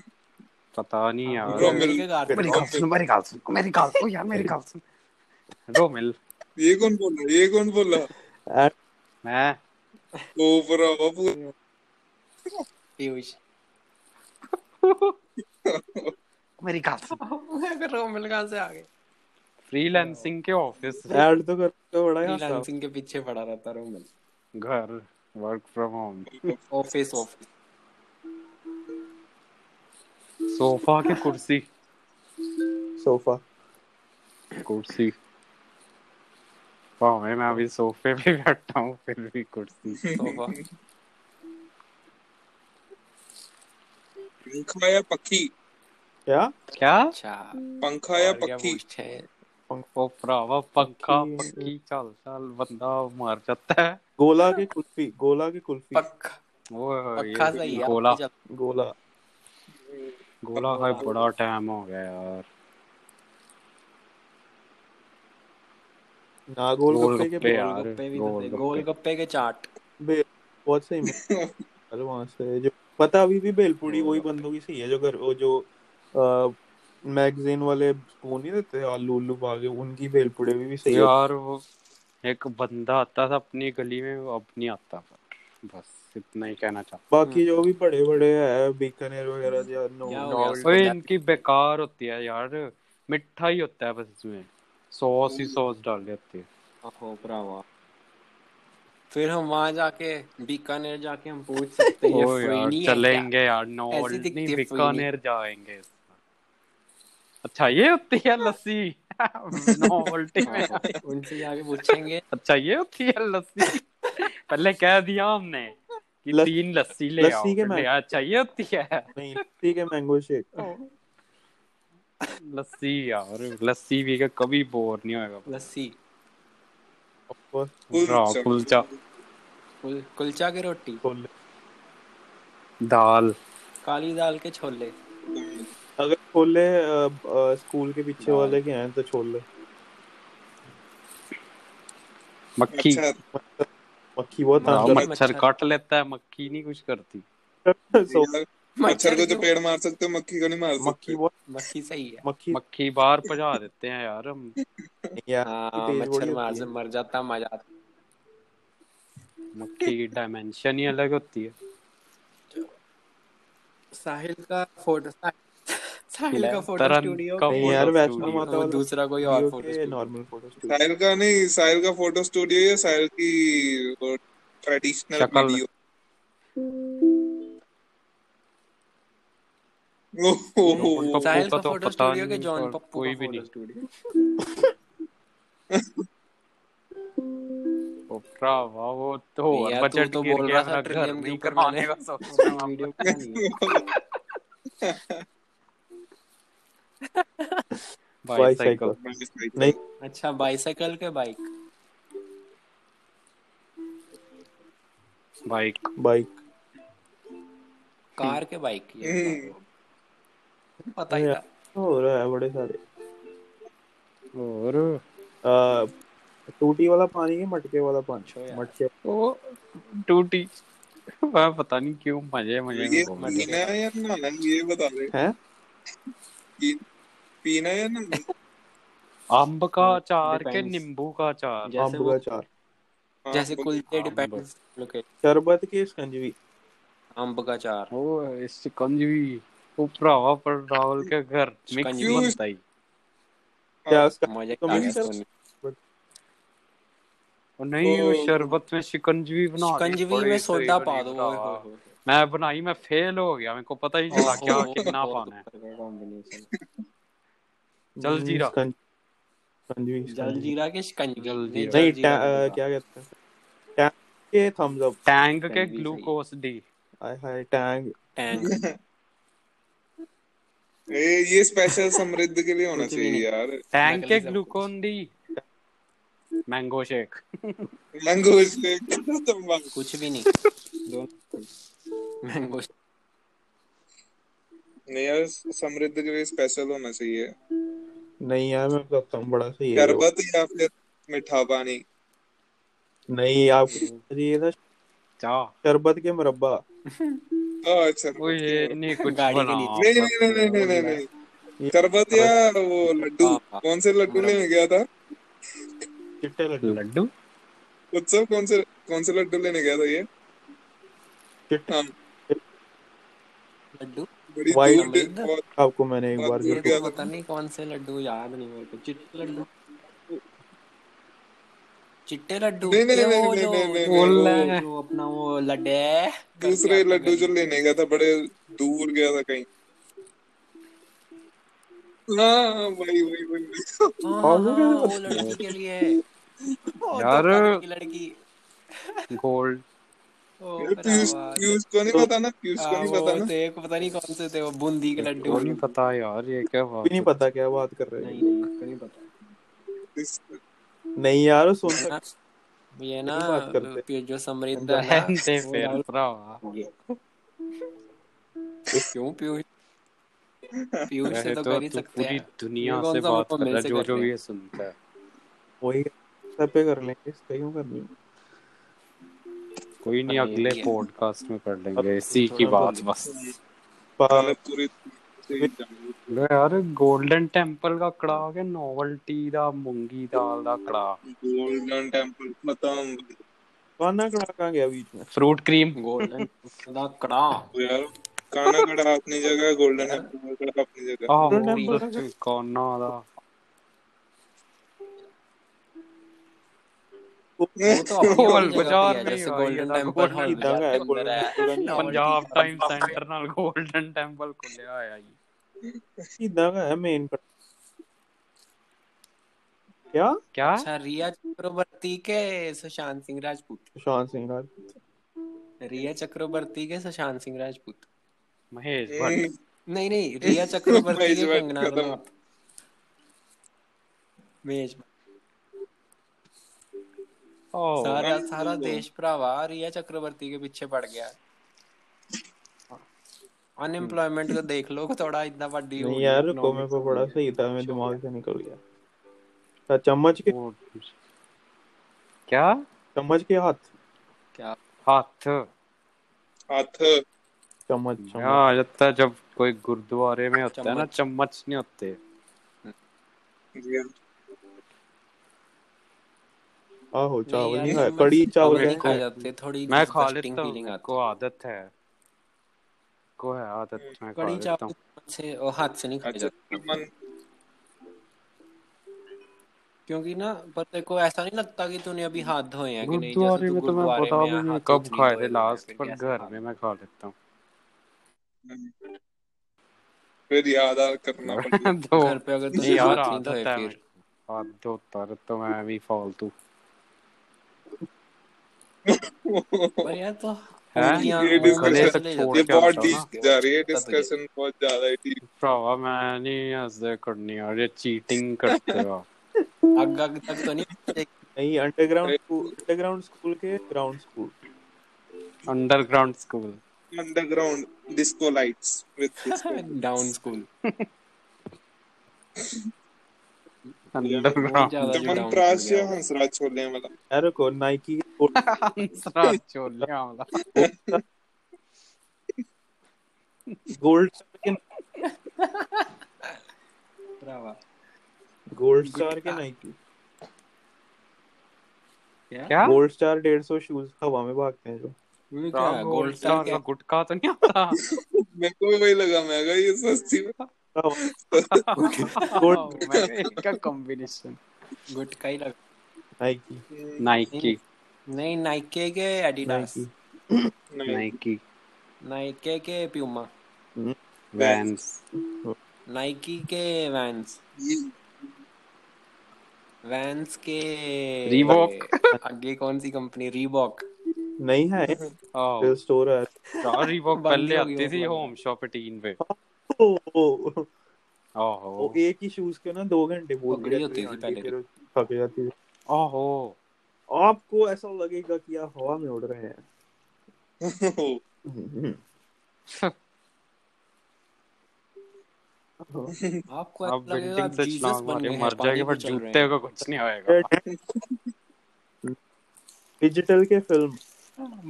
S2: ਪਤਾ ਨਹੀਂ
S3: ਯਾਰ।
S2: ਯਾਰ
S3: रोमिल।
S1: के घर
S2: ਮੇਰੀ ਗੱਲ ਸੁਣ ਮੇਰੀ ਗੱਲ ਸੁਣ ਮੇਰੀ ਗੱਲ ਉਹ ਯਾਰ ਮੇਰੀ ਗੱਲ ਸੁਣ ਰੋਮਿਲ
S3: ये कौन बोला ये कौन बोला
S4: And
S2: ਮੈਂ
S3: ओ भरावा पूरा
S1: पीयूष
S2: ਮੇਰੀ ਗੱਲ ਸੁਣ
S1: अगर रोमिल कहाँ से आ गए
S2: ਫ੍ਰੀਲੈਂਸਿੰग ਕੇ ਆਫਿस
S4: ऐड तो करते हो बड़ा यार साहब।
S1: फ्रीलांसिंग के पीछे पड़ा रहता रोमिल
S2: घर work from home
S1: office office
S2: sofa की कुर्सी
S4: सोफा
S2: कुर्सी भावे मैं अभी सोफे पे बैठा हूँ फिर भी कुर्सी
S1: सोफा
S3: पंखा या पखी
S4: क्या
S2: क्या
S1: अच्छा
S3: पंखा या
S1: और क्या
S3: पखी
S1: पूछते हैं
S2: ओ भरावा पंखा
S4: पक्की-
S2: पक्की चाल चाल बंदा मर जाता है
S4: गोला की कुल्फी गोला की कुल्फी
S1: पक्का
S2: वो ये
S1: पक्का सही है
S2: गोला
S1: चल-
S4: गोला
S2: गोला खाए बड़ा टाइम हो गया यार
S4: ना गोल
S2: गोल
S4: गप्पे के
S2: गप्पे
S4: बोल
S1: गोलगप्पे भी तो
S2: यार।
S1: थे
S2: गोलगप्पे।
S1: गोलगप्पे के चाट
S4: बे- बहुत सही मिला कल वहां से जो पता अभी भी बेलपुड़ी वही बंदों की सही है जो घर वो जो अ, मैगजीन वाले स्पून नहीं देते आलू उल्लू पा के उनकी बेलपुड़े भी, भी सही है
S2: तो यार वो एक बंदा आता था अपनी गली में वो अब नहीं आता बस इतना ही कहना चाहता
S4: बाकी जो भी बड़े बड़े है बीकानेर वगैरह जो नो
S1: हम्म। क्या हो
S2: हूँ।
S1: गया
S2: और
S1: उसको
S2: ओए
S1: जा-
S2: इनकी बेकार होती है यार मिठा ही होता है बस इसमें सॉस ही
S1: हम्म।
S2: सॉस डाल देती है
S1: ओहो ब्रावा फिर हम वहां जाके बीकानेर जाके हम पूछ सकते हैं तो ये
S2: ओ
S1: फ्री
S2: यार
S1: नहीं है
S2: चलेंगे यार नो
S1: ऐसी दिखती
S2: नहीं
S1: है फुई
S2: बीकानेर जाएंगे अच्छा ये होती है लस्सी नो उल्टी
S1: क्या?
S2: में
S1: हाँ, उनसे जाके पूछेंगे
S2: अच्छा ये होती है लस्सी पहले कह दिया हमने कि
S4: लस-
S2: तीन लस्सी ले
S4: लस्सी
S2: आओ
S4: के
S2: फिर
S4: मैं-
S2: ले आया, अच्छा ये होती है
S4: नहीं ठीक है मैंगो शेक
S2: लस्सी यार लस्सी पी के कभी बोर नहीं होएगा
S1: लस्सी
S4: और
S2: हाँ, कुलचा
S1: कुल- कुलचा की रोटी
S4: छोले
S2: दाल
S1: काली दाल के छोले
S4: अगर छोले अ, अ, स्कूल के पीछे
S1: दाल।
S4: वाले के हैं तो छोले
S2: मक्खी
S3: अच्छा
S4: मक्खी बहुत
S2: हाँ,
S4: तंग
S1: मक्खी-
S2: मच्छर
S1: मच्छर।
S2: काट लेता है मक्खी नहीं कुछ करती
S4: कर सो
S3: मच्छर तो को
S1: क्यों?
S3: चपेट मार सकते हो मक्खी को नहीं मार
S4: मक्खी
S3: सकते
S4: बहुत
S1: तो मक्खी सही है
S4: मक्खी तो
S2: मक्खी बाहर भजा देते हैं यार हम
S4: यार
S1: हाँ
S4: तेज बड़ी
S1: मच्छर मार
S4: होती
S1: से
S4: है।
S1: मर जाता मजा आता।
S2: मक्खी की डायमेंशन ही अलग होती है
S1: साहिल का फोटो साहिल का फोटो
S2: तरन
S1: स्टूडियो हाँ,
S2: का मतलब
S4: नहीं
S2: photo
S4: यार वैष्णो
S2: studio।
S4: माता वाला
S1: दूसरा कोई और photo studio
S4: normal photo studio
S3: Sahil का नहीं साहिल का फोटो स्टूडियो या साहिल की वो ट्रेडिशनल
S2: शक्ल।
S3: वीडियो ओहो
S2: उनको
S1: साहिल
S2: फोटो
S1: का
S2: तो
S1: फोटो
S2: पता
S1: स्टूडियो के
S2: नहीं
S1: जॉन
S2: और
S1: पप्पू
S2: कोई
S1: का
S2: भी
S1: फोटो
S2: नहीं।
S1: स्टूडियो
S2: ओ भरावा वो तो और
S1: यार, तू
S2: बजट
S1: तो
S2: गिर
S1: बोल
S2: गया
S1: रहा था
S2: अपना घर
S1: trillium के
S2: नहीं
S1: ऊपर
S2: करवाने
S1: मैंने
S2: का सोच रहा हूँ।
S1: वीडियो बनानी है
S2: बाईसाइकिल
S4: नहीं
S1: अच्छा बाइसाइकिल के बाइक
S2: बाइक
S4: बाइक
S1: कार के बाइक
S3: हम्म।
S1: ये पता ही
S4: अरे
S1: था
S4: हो रहा है बड़े सारे
S2: और
S4: अ, टूटी वाला पानी है मटके वाला
S1: अच्छा
S4: पानी
S1: यार।
S4: मटके
S2: वो टूटी वह पता नहीं क्यों मजे मजे
S3: ये
S2: में बोल रहे हैं।
S3: पीना है या नहाना है? ये बता दे
S4: है
S3: कि पीना है या नहाना है?
S2: आम का अचार के
S1: हाँ, Depends.
S2: नींबू का अचार
S1: जैसे
S4: आम
S1: वो-
S4: का चार
S3: हाँ,
S1: जैसे
S3: बोल-
S1: कुलचे
S2: आम
S1: डिपेंड्स लोके
S4: शरबत के स्कंजवी
S1: आम का चार
S2: ओ शिकंजी वो भरावा पर राहुल के घर मिक्स
S1: शिकंजी।
S2: बनता ही
S4: क्या
S3: हाँ,
S4: उसका
S1: मजा
S4: तो
S1: ही आ
S4: मिक्स
S1: गया
S4: शरबत?
S1: सोनी
S2: और नहीं वो
S3: ओ।
S2: शरबत में शिकंजी बना दी,
S1: कंजवी
S2: बड़ी
S1: में
S2: सही
S1: सोडा
S2: बनी
S1: पा दो ओए
S2: भरावा।
S1: होए होए।
S2: मैं बनाई मैं फेल हो गया मेरे को पता ही नहीं चला क्या
S1: ओहो,
S2: कितना
S1: ओहो,
S2: पाना है
S1: कॉम्बिनेशन
S2: चल जीरा।
S4: स्कंज- कंजवी
S1: जलजीरा के शिकंजे
S2: जलजीरा।
S4: नहीं
S1: जलजीरा
S4: टा- अ,
S1: होगा।
S4: क्या कहते हैं टैंग के थम्स अप
S2: टैंग के
S1: सही, सही।
S2: ग्लूकोस डी
S4: हाय हाय टैंग
S1: टैंग
S3: ये ये स्पेशल समृद्ध के लिए होना
S1: कुछ भी
S3: चाहिए यार
S2: टैंग
S1: नकली
S2: के
S1: सब
S2: Glucon D mango shake
S3: mango shake
S1: कुछ भी नहीं मैंगो
S3: नहीं यार समृद्ध के लिए स्पेशल होना चाहिए
S4: नहीं यार मैं बताता हूँ बड़ा सही है वो।
S3: शरबत या फिर मीठा पानी
S4: नहीं आपको ये था
S2: जा
S4: शरबत के मुरब्बा
S3: तो अच्छा
S2: वो ये नहीं कुछ
S1: गाड़ी के
S2: बना।
S1: नीचे।
S3: नहीं नहीं नहीं नहीं नहीं नहीं नहीं शरबत या वो लड्डू
S1: हाँ।
S3: कौन से लड्डू लेने गया था
S4: चिट्टे लड्डू
S2: लड्डू
S3: उत्सव कौन से कौन से लड्डू लेने गया था ये
S4: चिट्टे
S3: हाँ
S1: लड्डू
S3: बड़ी
S4: White
S3: दूर
S1: समृद्ध?
S3: और
S4: आपको मैंने एक बार
S1: ये
S4: जो
S1: तो पता नहीं कौन से लड्डू याद नहीं मेरे को चिट्टे लड्डू चिट्टे लड्डू
S3: नहीं, नहीं,
S1: ये
S3: नहीं,
S1: वो
S3: नहीं,
S1: जो
S3: नहीं, नहीं,
S1: वो
S2: नहीं।
S1: जो अपना वो लड्डे करके
S3: दूसरे
S1: आता
S3: लड्डू जो
S1: गली।
S3: लेने गया था बड़े दूर गया था कहीं हाँ हाँ, वही वही वही वही।
S1: हाँ
S4: और
S1: हाँ,
S4: भी
S1: हाँ,
S4: किसी
S1: वो लड़की के लिए वो
S2: यार।
S1: दुकान की लड़की
S2: गोल्ड
S1: ओ
S3: यार, पीयूष
S1: भरावा।
S3: पीयूष को नहीं पता ना पीयूष को
S1: हाँ,
S3: नहीं
S1: वो
S3: पता ना
S1: थे पता नहीं कौन से थे वो बूंदी के लड्डू
S2: वो नहीं पता यार ये क्या
S4: भी
S2: बात
S4: नहीं
S2: है
S4: पता क्या बात कर रहे
S1: नहीं नहीं उसको नहीं पता तो-
S3: इस-
S4: नहीं यार वो सुन
S1: ये ना- ये ना
S4: नहीं बात करते।
S1: ये जो समृद्ध है
S2: बहन दे
S1: वो
S2: फिर
S1: डाल
S2: भरावा
S1: ये। क्यों पीयूष पीयूष से
S2: वैसे
S1: तो
S2: तो
S1: कर ही
S2: तू
S1: सकते
S2: पूरी
S1: हैं
S2: दुनिया
S1: ये कौन
S2: से
S1: सा
S2: बात
S1: वो
S2: कर रहा
S1: मेरे
S2: है
S1: से
S2: जो
S1: कर
S2: जो
S1: रहे
S2: भी ये सुनता है
S4: वही सब पे कर लेंगे इस पे क्यों करनी
S2: कोई नहीं
S1: पर ये
S2: अगले
S1: भी है।
S2: पॉडकास्ट में कर लेंगे इसी की
S1: थोड़ा
S2: बात बस
S4: पा-
S3: मतलब पूरी से ही जाने।
S2: लो यार गोल्डन टेम्पल का कड़ा के नोवल्टी ਦਾ ਮੂੰਗੀ ਦਾਲ ਦਾ ਕੜਾ
S3: गोल्डन टेम्पल खत्म
S4: गाना कड़ाका गया बीच में
S2: ਫਰੂਟ ਕਰੀਮ
S1: गोल्डन दा कड़ा
S3: यार काना कड़ा अपनी जगह गोल्डन टेम्पल कड़ा अपनी जगह
S2: ਆਹ
S4: Golden Temple
S2: ਉਹ ਕੋਨਾ ਦਾ
S1: वो तो अपनी
S2: गोल
S1: अपनी जगह पे है
S2: बाजार में ही
S1: जैसे
S2: है, ये
S1: गोल्डन टेम्पल
S2: तो
S1: हॉल
S2: गोल
S4: इधर
S1: बाजार के
S4: का
S1: अंदर है नॉवल्टी
S4: है, गोल्डन टेम्पल।
S2: ਪੰਜਾਬ
S1: का
S2: ਟਾਈਮ
S1: बाजार है।
S2: ਸੈਂਟਰ ਨਾਲ 골ਡਨ ਟੈਂਪਲ ਖੁੱਲਿਆ ਹੋਇਆ ਜੀ
S4: सीधा का है मेन क्या
S2: ਕਿਆ
S1: अच्छा रिया चक्रवर्ती के सुशांत सिंह राजपूत
S4: सुशांत सिंह राज
S1: रिया चक्रवर्ती के सुशांत सिंह राजपूत
S2: ਮਹੇਸ਼ ਭੱਟ
S3: हम्म,
S1: नहीं नहीं रिया चक्रवर्ती
S3: महेश
S1: के
S3: भट्ट
S1: कंगना
S3: खत्म।
S1: रनौत महेश भट्ट।
S2: ਓ
S1: सारा सारा देश भरावा रिया चक्रवर्ती के पीछे पड़ गया अनएम्प्लॉयमेंट तो देख लो थोड़ा इतना बड़ी
S4: नहीं
S1: हुई
S4: यार रुको
S1: economic
S4: मेरे को बड़ा सही था मेरे
S1: show
S4: दिमाग से निकल गया अच्छा, चम्मच के
S2: ਕਿਆ
S4: चम्मच के हाथ
S1: क्या
S2: ਹੱਥ
S3: हाथ
S4: चम्मच चम्मच
S2: ਯਾ ਜੱਤਾ ਜਬ ਕੋਈ ਗੁਰਦੁਆਰੇ ਮੇ ਹੁੰਦਾ ਹੈ ਨਾ ਚਮਚ ਨਹੀਂ ਹੁੰਦੇ
S3: यार,
S4: आहो
S1: नहीं
S4: चावल
S1: यार
S4: नहीं खाया
S1: चम्मच
S4: कड़ी चावल
S1: चावल
S4: क्या
S1: नहीं
S4: है?
S1: खा जाते थोड़ी
S2: मैं खा
S1: डिस्गस्टिंग
S2: लेता हूँ
S1: फीलिंग आती
S2: मेरे को आदत है को है आदत मैं खा
S1: कड़ी
S2: लेता
S1: चावल
S2: हूँ
S1: चम्मच से और हाथ से नहीं खाया
S3: अच्छा
S1: जाता
S3: मन
S1: क्योंकि ना पर देखो ऐसा नहीं लगता कि तूने अभी हाथ धोए हैं कि नहीं जैसे
S2: गुरुद्वारे
S1: तू
S2: में
S1: गुरुद्वारे में
S2: तो मैं पता भी नहीं
S1: हाथ
S2: कब
S1: कुछ नहीं
S2: खाए
S1: धोए
S2: थे
S1: हुए हैं
S2: लास्ट
S1: फिर
S2: पर
S1: कैसे
S2: घर
S1: खा
S2: में मैं खा लेता
S3: फिर याद आ करना पड़ेगा
S2: हूँ
S1: लो
S2: तो
S1: घर पे अगर
S2: नहीं
S1: तूने
S2: यार
S1: हाथ नहीं धोए
S2: आदत है
S1: फिर
S2: मेरे को। हाथ धोता रहता हूँ मैं भी फालतू
S1: पर यार तो
S2: है
S1: उंगलियां
S3: ये
S1: उंगलियां
S2: गले
S3: डिस्कशन
S1: से
S2: तक
S1: ले
S2: छोड़
S3: ये
S1: जाती
S2: के
S1: है उंगलियां
S2: आता हूँ
S3: बहुत
S1: के वो लगता तुझे
S2: ना
S3: डीप जा रही है डिस्कशन बहुत ज्यादा ही deep।
S2: ਭਰਾਵਾ ਮੈਂ ਨਹੀਂ ਹੱਸਦੇ ਕਰਨੀ ਯਾਰ ਇਹ ਚੀਟਿੰਗ ਕਰਦੇ ਹੋ
S1: अग अग तक तो नहीं
S4: नहीं अंडरग्राउंड स्कूल अंडरग्राउंड स्कूल के ground school
S2: underground school
S3: underground disco lights with disco
S1: down school बहुत
S2: ਅੰਡਰਗਰਾਉਂਡ
S1: ज्यादा जो
S3: चमन
S1: डाउन स्कूल
S3: प्राश
S1: गया
S3: या
S1: वो
S3: हंसराज छोलने वाला
S4: यार को नाइकी के
S2: ਹੰਸਰਾ ਚੋਲੇ ਆਉਂਦਾ
S4: गोल्ड के
S1: भरावा
S4: गोल्ड स्टार के नाइकी
S1: हाँ? क्या
S2: ਕਿਆ
S4: गोल्ड स्टार डेढ़ सौ शूज हवा में भागते हैं जो
S1: वो क्या
S2: ਭਰਾ
S1: गोल्ड
S2: ਗੋਲਡ
S1: स्टार
S2: ਸਟਾਰ
S1: क्या
S2: ਦਾ ਗੁਟਕਾ ਤਾਂ ਨਹੀਂ ਆਉਂਦਾ
S3: मेरे को भी वही लगा मैं कहा, ये सस्ती
S4: हवा-
S2: Wow, मैं कहा, ये क्या कॉम्बिनेशन
S1: गुटका ही लग
S4: नाइकी
S2: नाइकी
S1: नहीं नाइके के एडिडास
S4: नाइकी
S3: नहीं
S2: नाइकी
S1: नाइके के प्यूमा
S2: वैंस
S1: नाइकी के वैंस वैंस के
S2: Reebok.
S1: आगे कौन सी कंपनी रीबॉक
S4: नहीं है
S2: आओ
S4: रिटेल स्टोर है
S2: यार रिबॉक
S1: बंद
S2: Oh, पहले
S1: हो गई
S2: आती
S1: वो
S2: थी
S1: बंद।
S2: होम शॉप 18 पे
S4: ओ, ओ,
S2: ओहो
S4: वो एक ही शूज के ना दो घंटे बोल
S1: पगड़ी होती थी पहले
S4: फिर वो थक जाती थी
S2: ओहो
S4: आपको ऐसा लगेगा कि आप हवा में उड़ रहे हैं
S1: आपको
S2: अब
S1: ऐसा लगेगा
S2: बिल्डिंग
S1: आप
S2: से
S1: जीसस
S2: छलांग
S1: बन
S2: मारे
S1: गए
S2: मर
S1: हैं पानी में चल रहे
S2: जाएगी पर जूते
S1: हैं
S2: को कुछ नहीं होएगा
S4: डिजिटल के फिल्म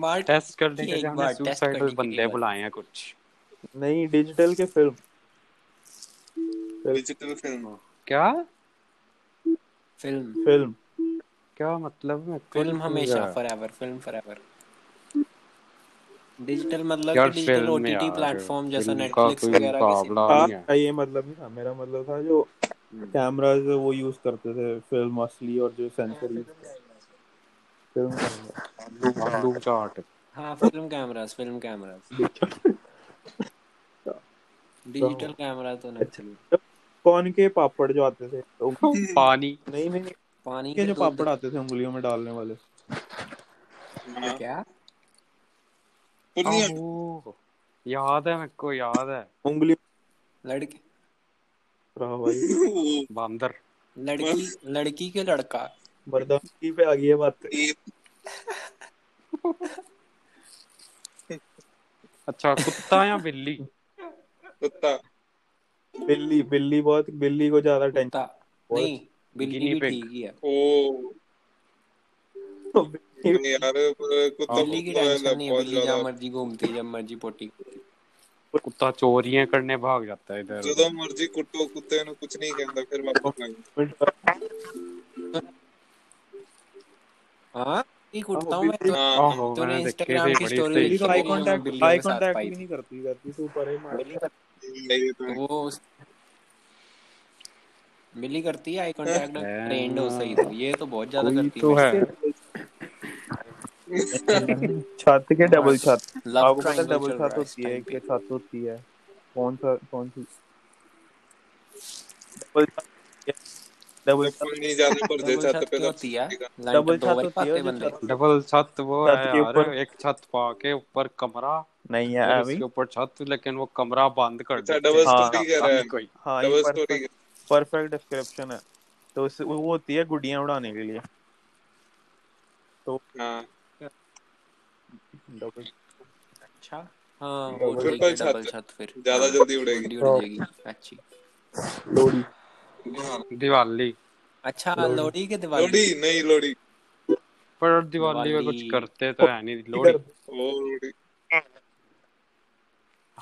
S1: मार्ट
S2: टेस्ट करने के
S1: एक
S2: लिए हमने
S1: बार test करने
S2: सुसाइडल
S1: के
S2: बंदे
S1: लिए।
S2: बुलाए हैं कुछ
S4: नहीं डिजिटल के फिल्म
S3: डिजिटल फिल्म
S2: क्या
S1: फिल्म
S4: फिल्म
S2: क्या मतलब मैं कुछ
S1: फिल्म
S2: नहीं
S1: हमेशा
S2: समझा।
S1: फॉरएवर फिल्म फॉरएवर डिजिटल मतलब
S2: यार
S1: कि डिजिटल
S2: फिल्म
S1: ओटीटी
S2: यार,
S1: प्लेटफॉर्म जैसा
S2: फिल्म का
S1: नेटफ्लिक्स
S2: कोई
S1: वगैरह के
S2: मुकाबला
S1: similar।
S2: नहीं है।
S4: था ये मतलब नहीं था मेरा मतलब था जो कैमराज वो यूज करते थे फिल्म असली और जो सेंसर यूज फिल्म कैमरा।
S2: आलू चाट
S1: हाँ film cameras film cameras digital camera तो
S4: अच्छा।
S1: नहीं
S4: कौन के पापड़ जो आते थे तो,
S2: पानी
S4: नहीं नहीं नहीं,
S1: पानी
S4: के
S1: के
S4: जो
S1: दूध-
S4: पापड़ आते थे उंगलियों में डालने वाले
S3: हाँ
S1: क्या
S3: पुलिया
S2: ओहो, याद है मेरे को याद है
S4: उंगली
S1: लड़की
S4: रहा भाई
S2: बांदर
S1: लड़की लड़की के लड़का
S4: मर्दान की पे आ गई है बात
S3: टेप
S2: अच्छा कुत्ता या बिल्ली
S3: कुत्ता
S4: बिल्ली बिल्ली बहुत बिल्ली को ज्यादा
S1: कुत्ता नहीं बिल्ली
S2: Guinea
S1: भी
S2: pig.
S1: ठीक ही है
S3: ओ Oh,
S4: टेंशन
S3: यार कुत्ता
S1: बिल्ली की टेंशन नहीं है बिल्ली जहाँ मर्जी घूमती है जब मर्जी पोटी करती है।
S2: ਕੁੱਤਾ ਚੋਰੀਆਂ ਕਰਨੇ ਭਾਗ ਜਾਂਦਾ ਹੈ ਇਧਰ
S3: ਜਦੋਂ ਮਰਜ਼ੀ ਕੁੱਟੋ ਕੁੱਤੇ ਨੂੰ ਕੁਝ ਨਹੀਂ ਕਹਿੰਦਾ ਫਿਰ ਵਾਪਸ ਆ ਜਾਂਦਾ
S1: हाँ ये कुत्ता
S4: हाँ,
S1: हूँ मैं तो
S3: ਹਾਂ
S2: ਆਹੋ
S1: तूने
S2: मैंने देखी
S1: Instagram
S2: ਸੀ
S1: की
S2: ਬੜੀ
S1: story
S2: ਸਹੀ
S4: बिल्ली को आई
S1: बिल्ली में
S4: कांटेक्ट
S1: बिल्ली
S4: आई
S1: के साथ
S4: कांटेक्ट
S1: पाई
S4: भी नहीं करती जाती से ऊपर ही मार
S3: ਇਹ ਤਾਂ
S1: वो उस- बिल्ली करती है आई कांटेक्ट ट्रेंड हो सही तो ये तो बहुत ज्यादा
S2: ਕੋਈ
S1: करती
S2: ਤੋ ਹੈ
S4: छाती के डबल छात
S1: लव
S4: आपको पता है डबल छात होती है एक छात होती है कौन सा कौन सी डबल डबल
S3: ਪਾਣੀ ਜ਼ਿਆਦਾ ਭਰ ਜੇ
S1: डबल
S3: ਛੱਤ
S1: छत
S3: पे
S1: क्यों होती है
S4: डबल
S1: लाइन
S4: छत
S1: दो बार
S4: होती है
S1: पाते
S4: जो
S1: बंदे
S4: छत-
S2: ਡਬਲ ਛੱਤ ਉਹ
S4: ਛੱਤ
S2: ਹੈ
S4: ਕੇ
S2: ਯਾਰ
S4: ਉੱਪਰ।
S2: ਇੱਕ ਛੱਤ ਪਾ ਕੇ ਉੱਪਰ ਕਮਰਾ
S4: नहीं है
S2: और
S4: अभी
S2: उसके ऊपर छत लेकिन वो कमरा बंद कर
S3: अच्छा,
S2: देते
S3: double
S2: हैं।
S4: story
S2: छत
S3: कह रहा है।
S2: नहीं कोई
S4: हाँ ये
S3: ਡਬਲ ਸਟੋਰੀ
S4: परफेक्ट डिस्क्रिप्शन है तो उस, वो होती है गुड़ियां उड़ाने के लिए
S3: ਹਾਂ
S4: डबल
S1: अच्छा हाँ वो
S4: डबल
S1: ठीक है
S3: छत।
S1: डबल छत फिर
S3: ਜ਼ਿਆਦਾ ਜਲਦੀ ਉਡੇਗੀ
S1: गुड्डी उड़ जाएगी अच्छी
S4: लोड़ी
S2: ਦੀਵਾਲੀ
S1: अच्छा लोहड़ी के दिवाली
S3: ਲੋੜੀ ਨਹੀਂ ਲੋੜੀ
S2: पर दिवाली में कुछ
S1: ਦੀਵਾਲੀ।
S2: करते तो है नहीं लोहड़ी
S3: ਉਹ ਲੋੜੀ